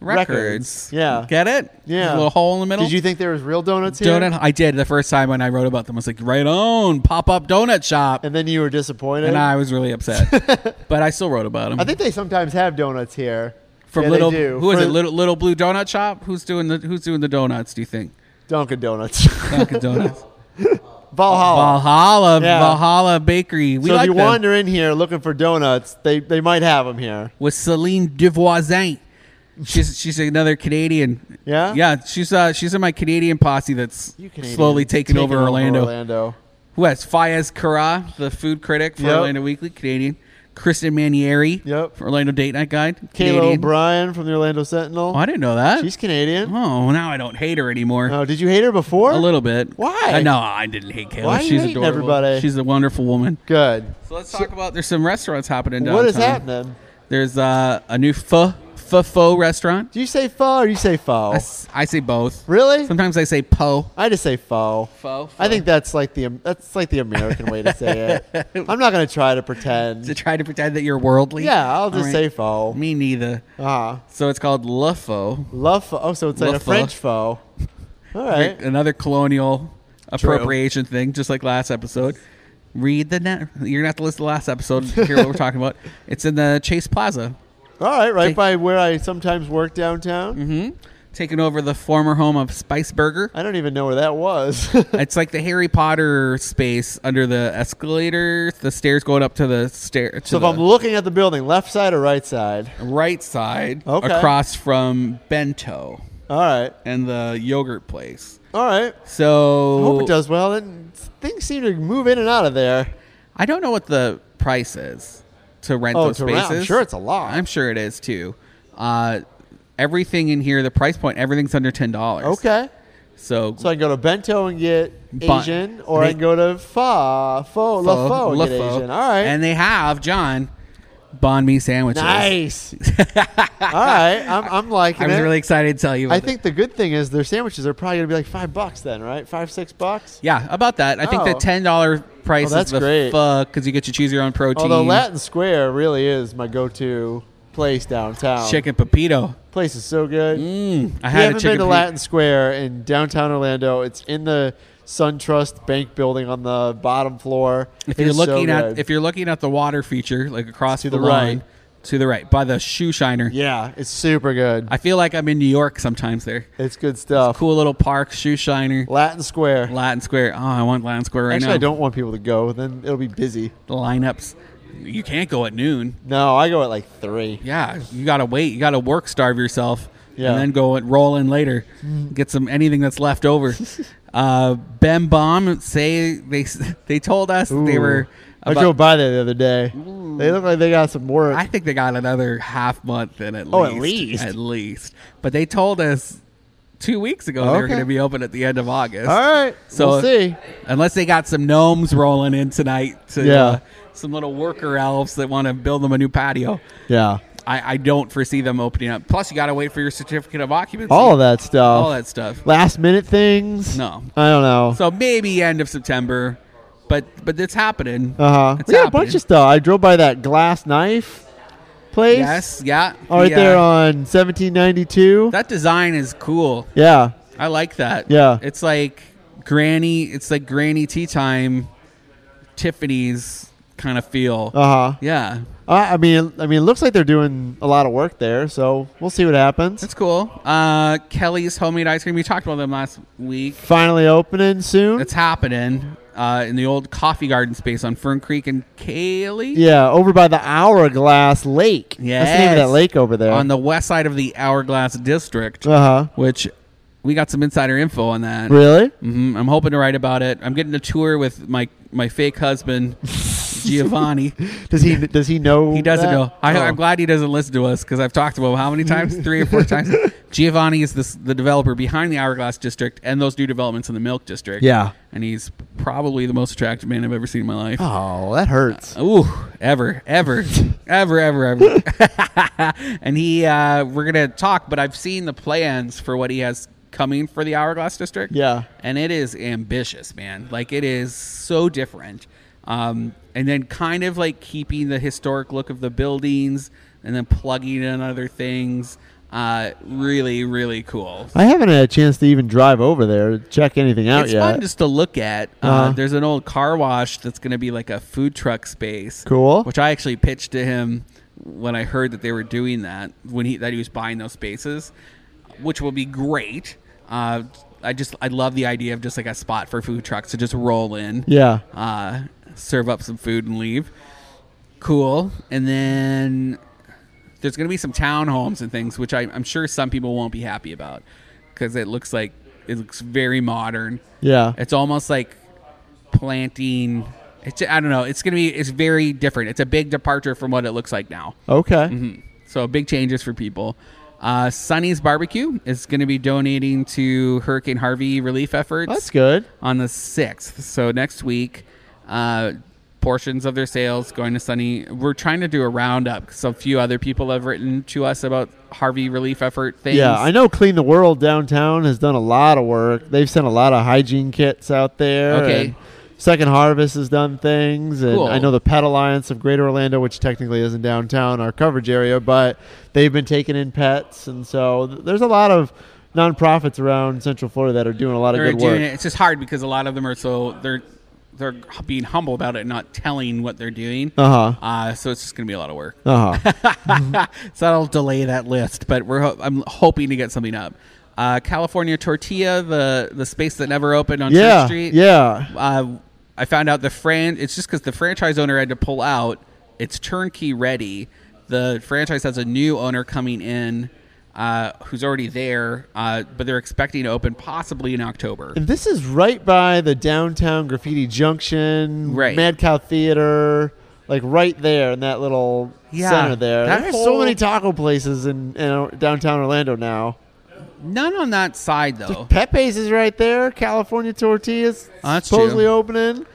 A: records.
B: Records. Yeah.
A: Get it?
B: Yeah.
A: A little hole in the middle.
B: Did you think there was real donuts here?
A: donut? I did the first time when I wrote about them. I was like, right on, pop up donut shop.
B: And then you were disappointed.
A: And I was really upset. but I still wrote about them.
B: I think they sometimes have donuts here.
A: From
B: Yeah, they
A: little,
B: do.
A: who is
B: For-
A: it? Little Little Blue Donut Shop. Who's doing the Who's doing the donuts? Do you think?
B: Dunkin' Donuts.
A: Dunkin' Donuts.
B: Valhalla.
A: Valhalla,
B: Oh. Yeah.
A: Valhalla Bakery. We
B: so if
A: like
B: you
A: them.
B: wander in here looking for donuts, they, they might have them here.
A: with Celine Duvoisin. She's she's another Canadian.
B: Yeah?
A: yeah. She's uh she's in my Canadian posse that's
B: Canadians
A: slowly taking, over Orlando.
B: Orlando.
A: Who has Fayez Kara, the food critic for
B: Yep.
A: Orlando Weekly, Canadian. Kristen Manieri,
B: Yep.
A: for Orlando Date Night Guide,
B: Kayla
A: Canadian.
B: O'Brien from the Orlando Sentinel.
A: Oh, I didn't know that.
B: She's Canadian.
A: oh, now I don't hate her anymore.
B: Oh, did you hate her before?
A: A little bit.
B: Why?
A: Uh, no, I didn't hate Kayla.
B: Why are you
A: She's
B: hating
A: adorable.
B: everybody?
A: She's a wonderful woman.
B: Good.
A: So let's talk about. There's some restaurants happening. Downtown.
B: What is happening?
A: There's uh, a new pho pho pho restaurant.
B: Do you say pho or you say pho?
A: I, s- I say both.
B: Oh. really?
A: Sometimes I say po.
B: I just say pho.
A: Faux.
B: I think that's like the that's like the American way to say it. I'm not going to try to
A: to
B: pretend.
A: try to pretend that you're worldly.
B: Yeah, I'll just
A: All right.
B: say pho.
A: me neither.
B: Ah,
A: So it's called Le Faux.
B: love pho. Oh, so it's like
A: La
B: a
A: pho.
B: French pho. All right.
A: Another colonial appropriation thing, just like last episode. Read the net. You're gonna have to listen to the last episode to hear what we're talking about. It's in the Chase Plaza,
B: All right, right
A: Take-
B: by where I sometimes work downtown.
A: Mm-hmm. taking over the former home of Spice Burger.
B: I don't even know where that was.
A: It's like the Harry Potter space under the escalator, the stairs going up to the stair. To
B: so if
A: the
B: I'm looking at the building, left side or right side?
A: right side,
B: Okay.
A: across from Bento
B: All right,
A: and the yogurt place.
B: all right.
A: So
B: I hope it does well. And things seem to move in and out of there.
A: I don't know what the price is to rent
B: Oh,
A: those
B: to
A: spaces.
B: rent. I'm sure it's a lot.
A: I'm sure it is too. Uh, everything in here, the price point, everything's under ten dollars.
B: Okay.
A: so,
B: So I can go to Bento and get
A: Bun.
B: Asian, or I
A: They-
B: can go to Pho, Pho, La Pho and
A: La
B: get
A: Pho.
B: Asian. All right.
A: and they have John banh mi sandwiches.
B: nice. All right. I'm, I'm liking
A: I was
B: it.
A: really excited to tell you. About
B: I
A: it.
B: think the good thing is their sandwiches are probably going to be like five bucks then, right? Five, six bucks?
A: yeah, about that. I think the
B: Oh.
A: ten dollar price
B: Oh,
A: is
B: that's
A: the
B: great.
A: because you get to choose your own protein.
B: Although Latin Square really is my go-to place downtown.
A: chicken pepito.
B: Place is so good.
A: Mm, I
B: If
A: had
B: you
A: a
B: haven't
A: chicken
B: been to
A: pe-
B: Latin Square in downtown Orlando, it's in the SunTrust Bank building on the bottom floor.
A: If
B: It
A: you're
B: is so
A: looking at
B: good.
A: if you're looking at the water feature, like across
B: To
A: the,
B: the
A: lawn,
B: right.
A: to the right by the shoe shiner.
B: yeah, it's super good.
A: I feel like I'm in New York sometimes. There,
B: It's good stuff.
A: cool little park, shoe shiner,
B: Latin Square.
A: Latin Square. Oh, I want Latin Square right
B: Actually,
A: now.
B: I don't want people to go. Then it'll be busy.
A: The lineups. You can't go at noon.
B: No, I go at like three.
A: Yeah, you gotta wait. You gotta work starve yourself,
B: Yeah.
A: and then go and roll in later. Get some anything that's left over. uh, Ben Bomb say they they told us that they
B: Ooh.
A: were.
B: I drove
A: About,
B: by there the other day. They look like they got some work.
A: I think they got another half month in at
B: Oh,
A: least.
B: at least.
A: at least. But they told us two weeks ago they were
B: Okay.
A: going to be open at the end of August.
B: All right,
A: So- uh,
B: we'll see.
A: Unless they got some gnomes rolling in tonight to
B: Yeah.
A: uh, some little worker elves that want to build them a new patio.
B: Yeah,
A: I, I don't foresee them opening up. Plus, you got to wait for your certificate of occupancy.
B: all of that stuff.
A: All that stuff.
B: Last minute things.
A: No.
B: I don't know.
A: So maybe end of September, but but it's happening.
B: Uh huh.
A: It's
B: We got a
A: happening.
B: bunch of stuff. I drove by that glass knife place.
A: Yes, yeah.
B: All right
A: The,
B: there um,
A: uh,
B: on 1792.
A: that design is cool.
B: yeah.
A: I like that.
B: Yeah.
A: It's like granny it's like granny tea time Tiffany's kind of feel.
B: Uh huh.
A: yeah.
B: I I mean, I mean, it looks like they're doing a lot of work there. So we'll see what happens.
A: That's cool. Uh Kelly's homemade ice cream. We talked about them last week.
B: Finally opening soon.
A: It's happening. Uh, in the old coffee garden space on Fern Creek and Cayley.
B: yeah, over by the Hourglass Lake. That's the name
A: Yes.
B: of that lake over there.
A: On the west side of the Hourglass District,
B: uh huh.
A: which we got some insider info on that.
B: Really?
A: hmm I'm hoping to write about it. I'm getting a tour with my my fake husband, Giovanni.
B: Does he? Does he know?
A: He doesn't
B: that?
A: know. I,
B: Oh.
A: I'm glad he doesn't listen to us because I've talked to him how many times? Three or four times. Giovanni is this, the developer behind the Hourglass District and those new developments in the Milk District.
B: Yeah.
A: And he's probably the most attractive man I've ever seen in my life.
B: Oh, that hurts.
A: Ooh, ever, ever, ever, ever, ever. and he, uh, we're going to talk, but I've seen the plans for what he has coming for the Hourglass District.
B: Yeah.
A: And it is ambitious, man. Like, it is so different. Um, and then kind of like keeping the historic look of the buildings and then plugging in other things. Uh, really, really cool.
B: I haven't had a chance to even drive over there to check anything out
A: It's
B: yet.
A: fun just to look at. Uh,
B: Uh-huh.
A: There's an old car wash that's going to be like a food truck space.
B: Cool.
A: Which I actually pitched to him when I heard that they were doing that when he that he was buying those spaces, which will be great. Uh, I just I love the idea of just like a spot for food trucks to just roll in,
B: Yeah.
A: uh, serve up some food and leave. Cool. And then there's going to be some townhomes and things, which I, I'm sure some people won't be happy about because it looks like it looks very modern.
B: Yeah.
A: It's almost like planting. It's, I don't know. It's going to be. It's very different. It's a big departure from what it looks like now.
B: Okay.
A: Mm-hmm. So big changes for people. Uh, Sunny's Barbecue is going to be donating to Hurricane Harvey relief efforts
B: That's good.
A: on the sixth. So next week, uh, portions of their sales going to Sunny. We're trying to do a roundup. So a few other people have written to us about Harvey relief effort things.
B: Yeah, I know Clean the World downtown has done a lot of work. They've sent a lot of hygiene kits out there.
A: Okay.
B: and Second Harvest has done things, and
A: Cool.
B: I know the Pet Alliance of Greater Orlando, which technically isn't downtown our coverage area, but they've been taking in pets, and so th- there's a lot of nonprofits around Central Florida that are doing a lot of
A: they're
B: good work.
A: doing it. It's just hard because a lot of them are so they're they're being humble about it, and not telling what they're doing.
B: Uh huh.
A: Uh, so it's just going to be a lot of work.
B: Uh huh.
A: so that'll delay that list, but we're ho- I'm hoping to get something up. Uh, California Tortilla, the the space that never opened on
B: yeah.
A: Church Street.
B: Yeah.
A: Uh, I found out the fran. It's just because the franchise owner had to pull out. It's turnkey ready. The franchise has a new owner coming in, uh, who's already there, uh, but they're expecting to open possibly in October.
B: And this is right by the downtown Graffiti Junction,
A: Right.
B: Mad Cow Theater, like right there in that little
A: Yeah,
B: center there.
A: that
B: There's so
A: whole-
B: many taco places in, in downtown Orlando now.
A: None on that side though.
B: Pepe's is right there. California Tortillas
A: Oh, That's
B: supposedly
A: true.
B: opening.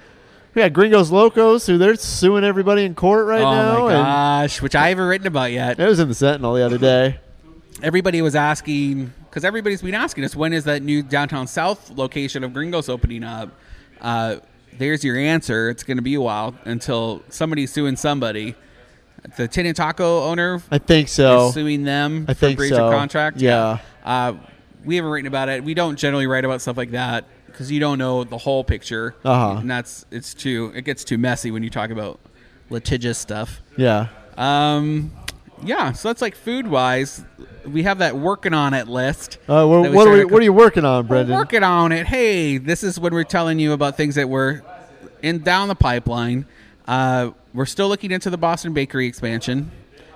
B: We got Gringos Locos, who they're suing everybody in court right
A: oh
B: now.
A: my
B: and
A: gosh, which I haven't written about yet.
B: It was in the Sentinel the other day.
A: everybody was asking because everybody's been asking us when is that new downtown south location of gringos opening up uh, there's your answer it's going to be a while until somebody's suing somebody the tin and taco owner
B: I think so.
A: is suing them
B: I
A: for
B: think
A: breach
B: so.
A: of contract
B: Yeah.
A: Uh, we haven't written about it we don't generally write about stuff like that because you don't know the whole picture
B: Uh-huh.
A: and that's it's too it gets too messy when you talk about litigious stuff
B: Yeah.
A: um, yeah, so that's like food wise. We have that working on it list.
B: Uh, we're-
A: that
B: what,
A: started
B: are we,
A: a
B: what are you working on,
A: couple-
B: Brendan?
A: We're working on it. Hey, this is when we're telling you about things that were in down the pipeline. Uh, we're still looking into the Boston Bakery expansion,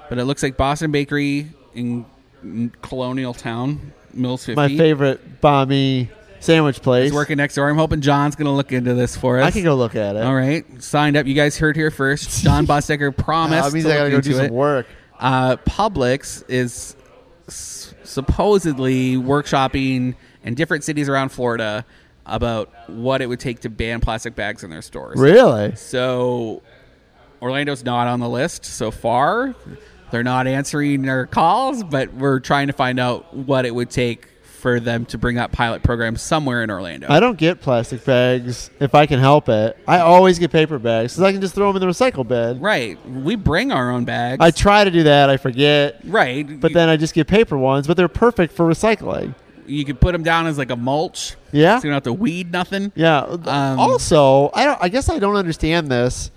A: but it looks like Boston Bakery in, in Colonial Town, Mills 50,
B: My favorite Bami sandwich place.
A: is working next door. I'm hoping John's going to look into this for us.
B: I can go look at it.
A: All right, signed up. You guys heard here first. John Bostecker promised.
B: Uh, means
A: to
B: I gotta
A: look
B: go do
A: into
B: some
A: it.
B: work.
A: uh, Publix is s- supposedly workshopping in different cities around Florida about what it would take to ban plastic bags in their stores.
B: Really?
A: So Orlando's not on the list so far. They're not answering our calls, but we're trying to find out what it would take for them to bring up pilot programs somewhere in Orlando.
B: I don't get plastic bags if I can help it. I always get paper bags because I can just throw them in the recycle bin.
A: right. We bring our own bags.
B: I try to do that. I forget.
A: right.
B: But
A: You-
B: then I just get paper ones, but they're perfect for recycling.
A: you could put them down as like a mulch.
B: Yeah.
A: So you don't have to weed nothing.
B: Yeah.
A: Um,
B: also, I don't. I guess I don't understand this.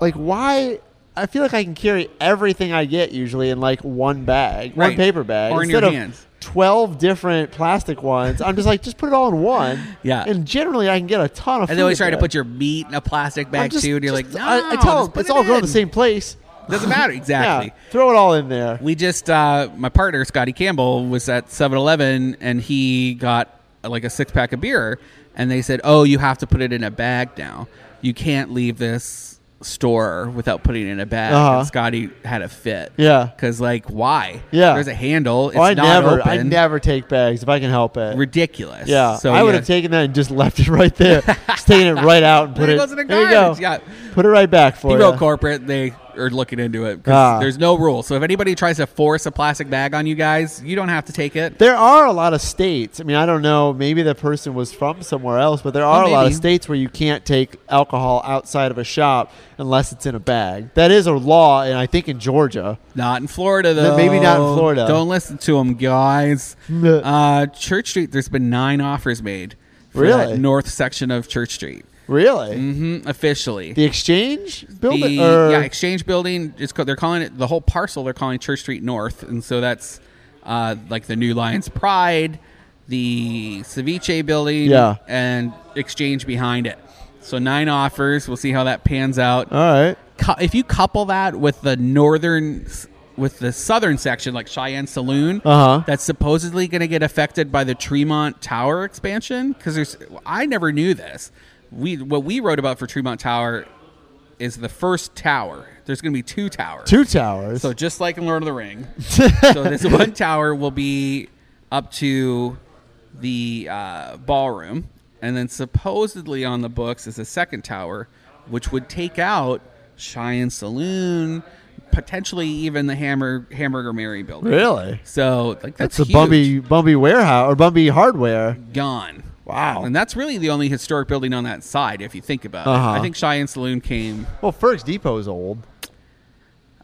B: Like, why? I feel like I can carry everything I get usually in like one bag, one
A: Right.
B: paper bag,
A: Or in your
B: instead of
A: hands.
B: twelve different plastic ones. I'm just like, just put it all in one.
A: Yeah.
B: And generally, I can get a ton of.
A: And they always
B: food
A: try to
B: with it.
A: put your meat in a plastic
B: I'm
A: bag
B: just-
A: too, and you're
B: just-
A: like, no,
B: I, I tell
A: just
B: them
A: put
B: it's
A: it
B: all going to
A: in."
B: the same place.
A: Doesn't matter exactly.
B: Yeah, throw it all in there.
A: We just uh, my partner Scotty Campbell was at 7-Eleven and he got uh, like a six pack of beer, and they said, oh, you have to put it in a bag now. You can't leave this store without putting it in a bag.
B: Uh-huh.
A: And Scotty had a fit.
B: Yeah.
A: Because like, why?
B: Yeah.
A: There's a handle. It's
B: Oh, I
A: not
B: never,
A: open.
B: I never take bags if I can help it.
A: Ridiculous.
B: yeah,
A: So
B: I would
A: yeah.
B: have taken that and just left it right there. just taking it right out and put
A: There
B: it.
A: goes in the
B: there you go.
A: garbage, yeah.
B: Put it right back for
A: Hero
B: you.
A: Corporate, they are looking into it 'cause
B: Ah.
A: there's no rule. So if anybody tries to force a plastic bag on you guys, you don't have to take it.
B: There are a lot of states. I mean, I don't know. Maybe the person was from somewhere else, but there are a lot of
A: maybe.
B: states where you can't take alcohol outside of a shop unless it's in a bag. That is a law, and I think in Georgia.
A: Not in Florida,
B: No,
A: though.
B: maybe not in Florida.
A: Don't listen to them, guys.
B: No.
A: Uh, Church Street, there's been nine offers made for
B: Really?
A: that north section of Church Street.
B: Really,
A: hmm officially.
B: the exchange
A: The-
B: building or
A: yeah, Exchange Building, it's called, they're calling it the whole parcel, they're calling Church Street North. And so that's uh, like the New Lions Pride. the ceviche building
B: Yeah.
A: and exchange behind it. So nine offers. We'll see how that pans out.
B: All right.
A: Cou- if you couple that with the northern with the southern section like cheyenne saloon
B: Uh-huh.
A: that's supposedly going to get affected by the tremont tower expansion because there's i never knew this we what we wrote about for tremont tower is the first tower there's going to be two towers
B: Two towers.
A: so just like in lord of the ring so this one tower will be up to the uh, ballroom, and then supposedly on the books is a second tower, which would take out Cheyenne Saloon, potentially even the Hammer Hamburger Mary building.
B: really?
A: So like that's,
B: It's a
A: huge.
B: Bumby Bumby warehouse or Bumby hardware.
A: gone.
B: Wow.
A: And that's really the only historic building on that side, if you think about
B: Uh-huh.
A: it. I think Cheyenne Saloon came.
B: Well, Ferg's Depot is old.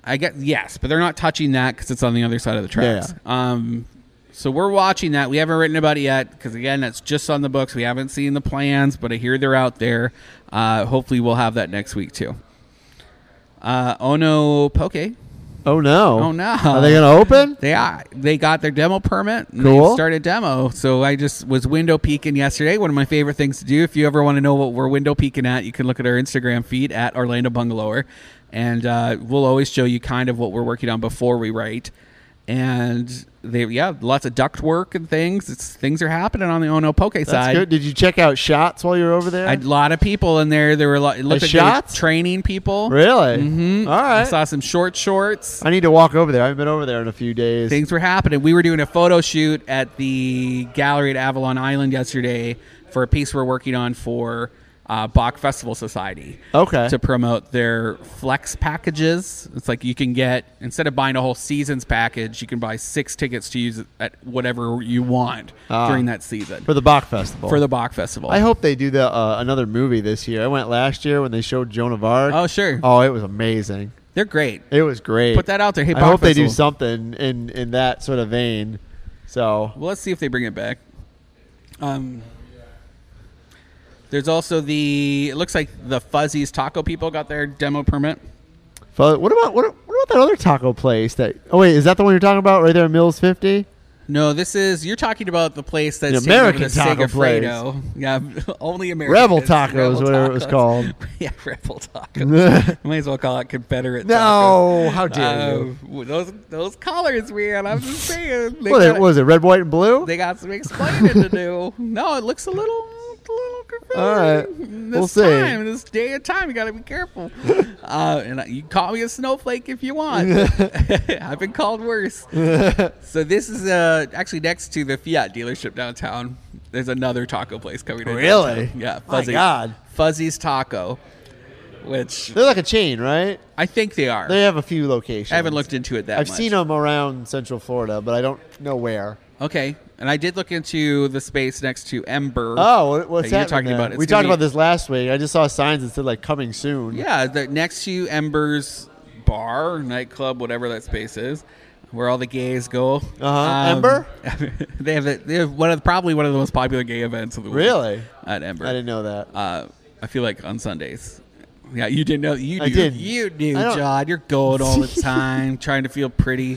A: I guess yes, but they're not touching that because it's on the other side of the tracks. Um, so we're watching that. We haven't written about it yet because again, that's just on the books. We haven't seen the plans, but I hear they're out there. Uh, hopefully, we'll have that next week too. Uh, Ono Poke,
B: Oh no.
A: Oh, no.
B: Are they gonna open?
A: they are, they got their demo permit. And
B: Cool.
A: They started demo. So I just was window peeking yesterday. One of my favorite things to do. If you ever want to know what we're window peeking at, you can look at our Instagram feed at Orlando Bungalower, and uh, we'll always show you kind of what we're working on before we write. And they, yeah, lots of duct work and things. It's, things are happening on the Ono Poke
B: That's
A: side.
B: good. Did you check out shots while you were over there?
A: A lot of people in there. There were a lot, it looked
B: Uh,
A: like they were
B: shots?
A: training people.
B: really?
A: Mhm.
B: All
A: I
B: right.
A: saw some short shorts.
B: I need to walk over there. I haven't been over there in a few days.
A: things were happening. We were doing a photo shoot at the gallery at Avalon Island yesterday for a piece we're working on for uh, Bach Festival Society.
B: Okay.
A: To promote their flex packages. It's like you can get, instead of buying a whole season's package, you can buy six tickets to use at whatever you want
B: Ah.
A: during that season
B: for the Bach Festival.
A: for the Bach Festival.
B: I hope they do the uh, another movie this year. I went last year when they showed Joan of Arc.
A: Oh, sure.
B: Oh, it was amazing.
A: They're great.
B: It was great.
A: Put that out there. Hey,
B: I
A: Bach
B: hope they do
A: Festival.
B: something in in that sort of vein. So
A: Well, let's see if they bring it back. Um, there's also the. It looks like the Fuzzies Taco people got their demo permit.
B: but what about what, what about that other taco place? That oh wait, is that the one you're talking about right there, in Mills Fifty?
A: No, this is you're talking about the place that's
B: The
A: taking over
B: American
A: the
B: taco
A: Segafredo. Yeah, only American
B: Rebel Tacos, whatever it was called.
A: yeah, Rebel Tacos. Might as well call it Confederate.
B: No,
A: tacos.
B: how dare
A: Uh, w- Those those colors, man. I'm just saying. They
B: What
A: got-
B: was it? Red, white, and blue.
A: They got some explaining to do. No, it looks a little, a little confusing.
B: All right.
A: This
B: We'll see.
A: time, this day and time, you got to be careful. uh, and I- you can call me a snowflake if you want. I've been called worse. so this is uh, actually next to the Fiat dealership downtown. There's another taco place coming in.
B: Really?
A: downtown. Yeah.
B: My
A: Fuzzy.
B: God.
A: Fuzzy's Taco, which
B: They're like a chain, right?
A: I think they are.
B: They have a few locations.
A: I haven't looked into it that
B: I've
A: much.
B: seen them around Central Florida, but I don't know where.
A: Okay. And I did look into the space next to Ember.
B: Oh, what-
A: that
B: what's
A: you're
B: happening
A: talking
B: then?
A: about. It's
B: We
A: gonna
B: talked
A: be-
B: about this last week. I just saw signs that said like coming soon.
A: Yeah, the next to Ember's bar, nightclub, whatever that space is, where all the gays go. Uh-huh.
B: Ember?
A: they have the, they have one of probably one of the most popular gay events of the week.
B: Really?
A: At Ember.
B: I didn't know that.
A: Uh, I feel like on Sundays. Yeah, you didn't know. You knew.
B: I didn't.
A: You knew,
B: I don't-
A: John. You're going all the time, trying to feel pretty,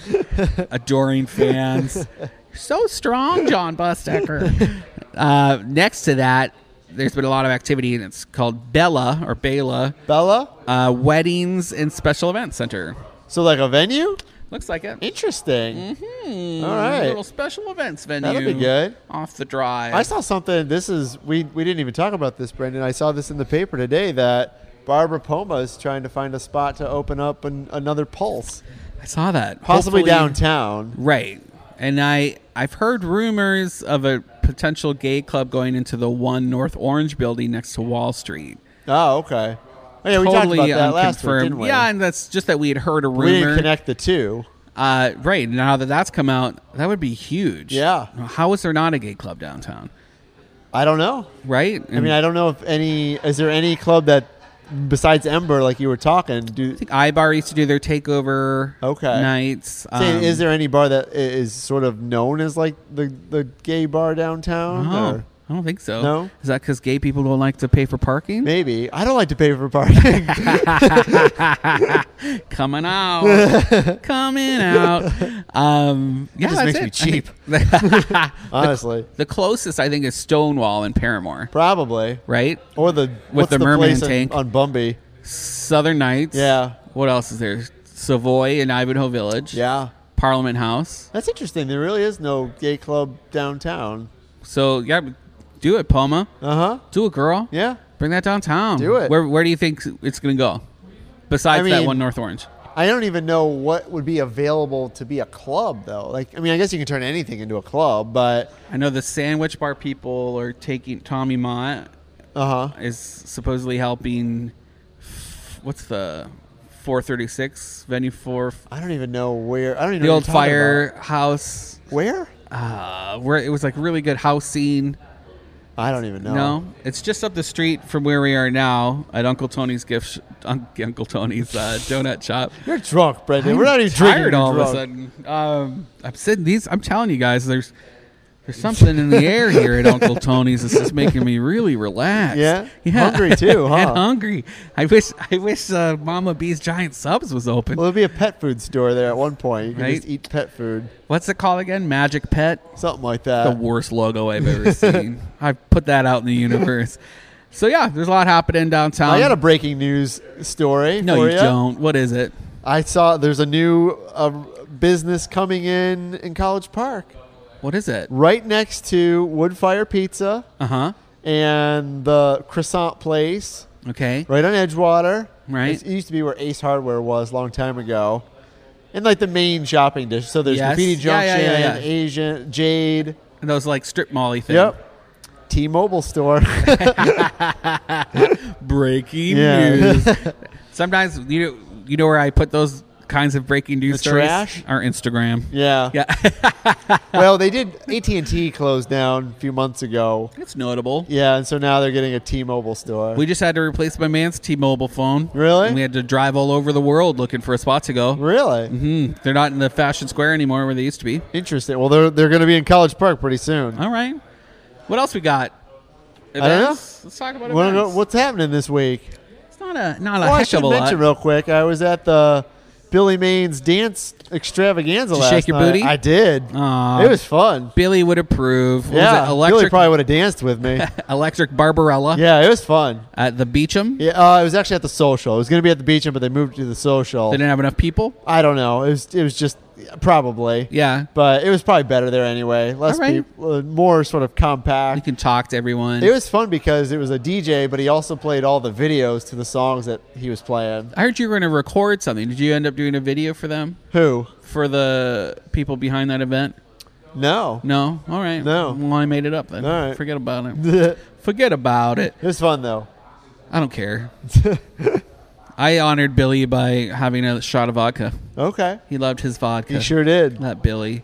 A: adoring fans. You're so strong, John Bustecker. uh, next to that, there's been a lot of activity, and it's called Bella or Bela
B: Bella?
A: uh, Weddings and Special Events Center.
B: So like a venue?
A: Looks like it.
B: Interesting.
A: Hmm,
B: Mm. All right.
A: Little special events venue.
B: That'll be good.
A: Off the drive.
B: I saw something. This is we we didn't even talk about this, Brendan. I saw this in the paper today that Barbara Poma is trying to find a spot to open up an, another Pulse,
A: I saw that.
B: possibly
A: Hopefully-
B: downtown.
A: Right. And I I've heard rumors of a potential gay club going into the one North Orange building next to Wall Street.
B: Oh, okay. Oh, yeah, we
A: totally
B: talked about that last week,
A: unconfirmed.
B: didn't we?
A: Yeah, and that's just that we had heard a rumor.
B: we didn't connect the two.
A: Uh, right now that that's come out, that would be huge.
B: Yeah.
A: How is there not a gay club downtown?
B: I don't know.
A: Right.
B: I mean, I don't know if any. Is there any club that besides Ember, like you were talking, do?
A: think Ibar used to do their takeover
B: Okay.
A: nights.
B: say,
A: Um,
B: is there any bar that i- is sort of known as like the the gay bar downtown?
A: Oh,
B: or-
A: I don't think so.
B: No?
A: Is that because gay people don't like to pay for parking?
B: Maybe I don't like to pay for parking.
A: Coming out. Coming out. Um, yeah,
B: just
A: that's
B: makes me
A: it.
B: cheap.
A: the,
B: Honestly,
A: the closest I think is Stonewall in Paramore,
B: probably
A: right?
B: or the what's
A: the
B: the,
A: merman
B: place in-
A: tank.
B: on Bumby.
A: Southern Nights.
B: Yeah.
A: What else is there? Savoy in Ivanhoe Village.
B: Yeah,
A: Parliament House.
B: that's interesting. There really is no gay club downtown.
A: So yeah, do it, Poma.
B: Uh huh.
A: Do it, girl.
B: Yeah.
A: Bring that downtown.
B: Do it.
A: Where Where do you think it's gonna go? Besides
B: I
A: that
B: mean-
A: one, North Orange.
B: I don't even know what would be available to be a club though. Like, I mean, I guess you can turn anything into a club, but
A: I know the sandwich bar people are taking Tommy Mott
B: uh huh.
A: is supposedly helping. f- What's the 436 venue for
B: I don't even know where. I don't even
A: the
B: know
A: old
B: what you're talking
A: firehouse?
B: about. Where?
A: Uh, where it was like really good house scene.
B: I don't even know.
A: No, it's just up the street from where we are now at Uncle Tony's gift, sh- Un- Uncle Tony's uh, donut shop.
B: You're drunk, Brendan.
A: I'm
B: We're not even drinking.
A: tired
B: you're
A: all of a
B: drunk.
A: sudden. Um, I'm sitting these. I'm telling you guys, there's there's something in the air here at Uncle Tony's. It's just making me really relaxed.
B: Yeah? Hungry too,
A: And
B: huh?
A: hungry. I wish I wish uh, Mama B's Giant Subs was open.
B: Well, there'll be a pet food store there at one point. You can
A: Right?
B: just eat pet food,
A: What's it called again? Magic Pet.
B: something like
A: the
B: that.
A: worst logo I've ever seen. I put that out in the universe. So yeah, there's a lot happening downtown.
B: I got a breaking news story.
A: no,
B: for
A: you
B: ya.
A: don't. What is it?
B: I saw there's a new uh, business coming in in College Park,
A: What is it?
B: right next to Woodfire Pizza
A: Uh huh.
B: and the Croissant Place,
A: Okay.
B: right on Edgewater.
A: Right.
B: it used to be where Ace Hardware was a long time ago, and like the main shopping dish. So there's
A: Yes.
B: Graffiti
A: Yeah,
B: Junction,
A: yeah, yeah, yeah.
B: Asian Jade.
A: And those like strip molly thing.
B: Yep. T-Mobile store.
A: Breaking
B: Yeah.
A: news. Sometimes you know, you know where I put those kinds of breaking news
B: The
A: stories?
B: trash?
A: Our Instagram.
B: yeah.
A: Yeah,
B: Well, they did AT&T closed down a few months ago.
A: it's notable.
B: Yeah, and so now they're getting a T-Mobile store.
A: We just had to replace my man's T-Mobile phone.
B: Really?
A: And we had to drive all over the world looking for a spot to go.
B: really?
A: Hmm. They're not in the fashion square anymore where they used to be.
B: Interesting. Well, they're they're going to be in College Park pretty soon.
A: All right. What else we got?
B: don't know.
A: Events? Let's talk about
B: Wanna know
A: events.
B: what's happening this week?
A: it's not a not a
B: Oh, I
A: heck
B: should
A: of a lot.
B: mention real quick. I was at the Billy Maines dance extravaganza
A: Did you
B: last
A: shake your
B: night.
A: booty? Uh-huh.
B: I did.
A: Aw.
B: it was fun.
A: Billy would approve. What
B: yeah,
A: was it? Electric
B: Billy probably would have danced with me.
A: Electric Barbarella
B: yeah, it was fun.
A: at the Beecham.
B: Yeah, uh, it was actually at the social. It was going to be at the beach, but they moved it to the social.
A: They didn't have enough people.
B: I don't know. It was it was just probably.
A: Yeah.
B: But it was probably better there anyway. Less
A: All right.
B: people, uh, more sort of
A: You
B: compact.
A: can talk to everyone.
B: It was fun because it was a DJ, but he also played all the videos to the songs that he was playing.
A: I heard you were going to record something. Did you end up doing a video for them?
B: Who?
A: For the people behind that event?
B: No.
A: No. All right.
B: No.
A: Well, I made it up then.
B: All right.
A: Forget about it.
B: it
A: Forget about it.
B: was fun though.
A: I don't care. I honored Billy by having a shot of vodka.
B: Okay.
A: He loved his vodka.
B: He sure did.
A: Not Billy.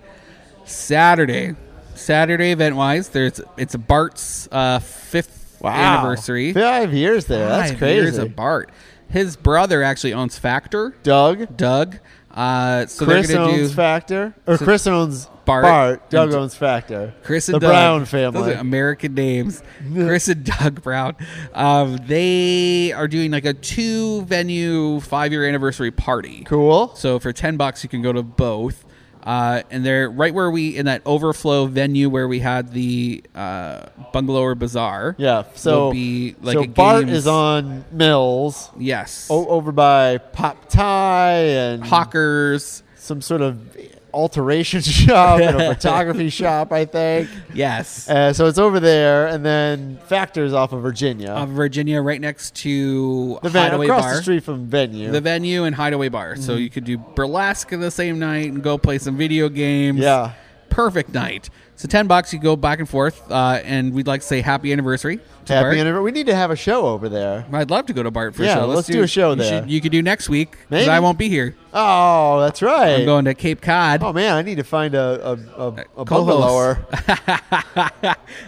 A: Saturday. Saturday event wise, there's it's a Bart's uh, fifth anniversary.
B: Five years there. That's
A: Five
B: crazy.
A: Years of Bart. His brother actually owns Factor.
B: Doug.
A: Doug. Uh, so
B: Chris
A: they're gonna do
B: owns Factor. Or
A: So-
B: Chris owns
A: Bart
B: Bart. Doug
A: and-
B: owns Factor.
A: Chris and
B: the
A: Doug.
B: Brown
A: Those
B: family.
A: are American names. Chris and Doug Brown. Um, they are doing like a two venue five year anniversary party.
B: cool.
A: So for ten bucks, you can go to both. Uh, and they're right where we in that overflow venue where we had the uh, bungalow or bazaar.
B: Yeah. So
A: Will be like
B: so
A: a
B: Bart
A: games-
B: is on Mills.
A: Yes.
B: o- over by Pop Tie and
A: Hawkers.
B: some sort of alteration shop and a photography shop, I think.
A: Yes.
B: Uh, so it's over there, and then Factors off of Virginia,
A: Of Uh, Virginia, right next to
B: the van
A: Hideaway
B: across
A: Bar.
B: the street from venue.
A: The venue and Hideaway Bar. So
B: Mm-hmm.
A: you could do burlesque in the same night and go play some video games.
B: Yeah.
A: Perfect night. So 10 bucks, you go back and forth. Uh, and we'd like to say happy anniversary. To Bart.
B: Happy anniver- We need to have a show over there.
A: I'd love to go to Bart for a
B: Yeah,
A: show.
B: let's do a show
A: you
B: there.
A: should- you could do next week because
B: Maybe.
A: I won't be here.
B: Oh, that's right.
A: I'm going to Cape Cod.
B: oh man, I need to find a a, a, a
A: Co-host.
B: bungalower.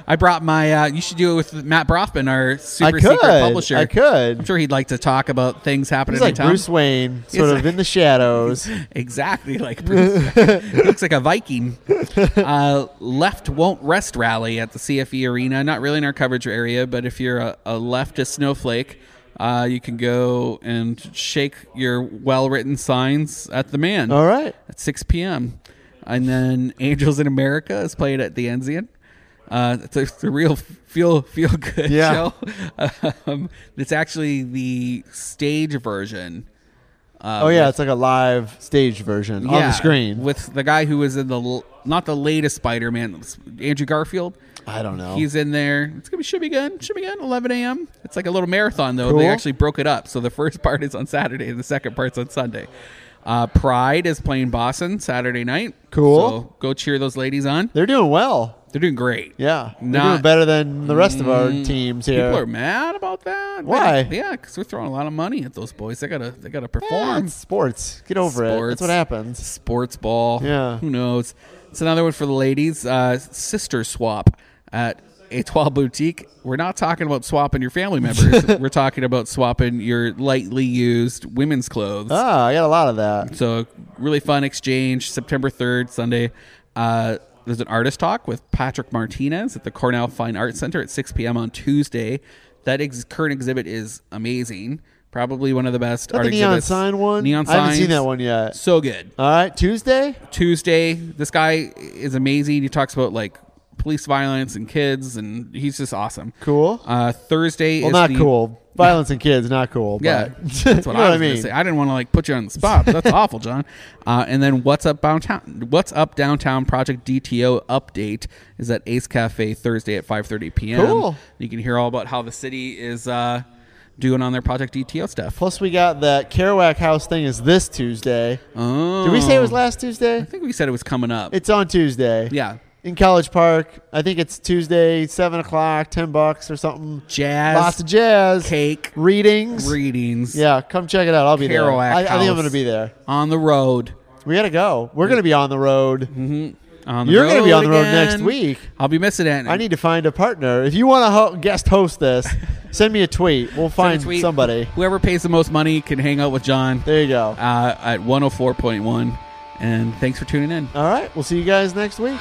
A: I brought my. Uh, you should do it with Matt Brothman, our
B: Oh. I
A: super
B: could.
A: secret publisher.
B: I
A: am
B: could.
A: sure he'd like to talk about things happening
B: He's like
A: in town.
B: Bruce Wayne, sort
A: Yes.
B: of in the shadows.
A: Exactly like Bruce. he looks like a Viking. Uh, Left Won't Rest rally at the CFE Arena. Not really in our coverage area, but if you're a, a leftist snowflake, uh, you can go and shake your well written signs at the man
B: All right.
A: at 6 p.m. And then Angels in America is played at the Enzian. Uh, it's, a, it's a real feel feel good
B: Yeah.
A: show. Um, it's actually the stage version. Uh,
B: Oh yeah, it's like a live stage version on the screen.
A: with the guy who was in the l- not the latest Spider-Man, Andrew Garfield.
B: I don't know.
A: He's in there. It's gonna be should be good. Should be good. 11 a.m. It's like a little marathon though. They
B: Cool.
A: actually broke it up, so the first part is on Saturday and the second part's on Sunday. Uh, Pride is playing Boston Saturday night.
B: Cool.
A: So go cheer those ladies on.
B: They're doing well.
A: They're doing great.
B: Yeah, they're
A: Not- Mm,
B: doing better than the rest of our teams here.
A: People are mad about that.
B: Why?
A: Yeah, because we're throwing a lot of money at those boys. They gotta they gotta
B: Yeah,
A: perform.
B: it's sports. Get over it.
A: Sports.
B: That's what happens.
A: sports ball.
B: Yeah.
A: Who knows? It's another one for the ladies. Uh, sister swap at Etoile Boutique. We're not talking about swapping your family members. We're talking about swapping your lightly used women's clothes.
B: Ah, I got a lot of that.
A: So really fun exchange. September third, Sunday. Uh, there's an artist talk with Patrick Martinez at the Cornell Fine Arts Center at 6 p.m. on Tuesday. That ex- current exhibit is amazing. Probably one of the best
B: Not
A: art
B: the neon
A: exhibits.
B: sign one.
A: Neon
B: I haven't seen
A: signs.
B: that one yet.
A: So good.
B: All right, Tuesday.
A: Tuesday. This guy is amazing. He talks about like police violence and kids, and he's just awesome.
B: Cool.
A: Uh, Thursday
B: Well,
A: is
B: not
A: the-
B: cool. Violence and kids, not cool.
A: Yeah,
B: but-
A: that's what
B: you know
A: I
B: what
A: was
B: I
A: gonna
B: mean.
A: say. I didn't want to like put you on the spot. But that's awful, John. Uh, and then what's up downtown? What's up downtown? Project DTO update is at Ace Cafe Thursday at five thirty p.m.
B: Cool.
A: You can hear all about how the city is uh, doing on their Project DTO stuff.
B: Plus, we got that Kerouac House thing is this Tuesday.
A: Oh,
B: Did we say it was last Tuesday?
A: I think we said it was coming up.
B: It's on Tuesday.
A: yeah,
B: In College Park. I think it's Tuesday, 7 o'clock, 10 bucks or something.
A: jazz,
B: Lots of jazz.
A: cake,
B: Readings.
A: readings.
B: yeah, come check it out. I'll be there.
A: Kerouac
B: I, I think
A: House.
B: I'm going to be there.
A: on the road.
B: We got to go. We're going to be on the road.
A: On the
B: You're going to be on the road
A: again.
B: next week.
A: I'll be missing it.
B: I need to find a partner. If you want to ho- guest host this, send me a tweet.
A: Send a
B: We'll find
A: tweet.
B: somebody.
A: Whoever pays the most money can hang out with John
B: There you go.
A: uh, at 104.1. And thanks for tuning in.
B: All right. We'll see you guys next week.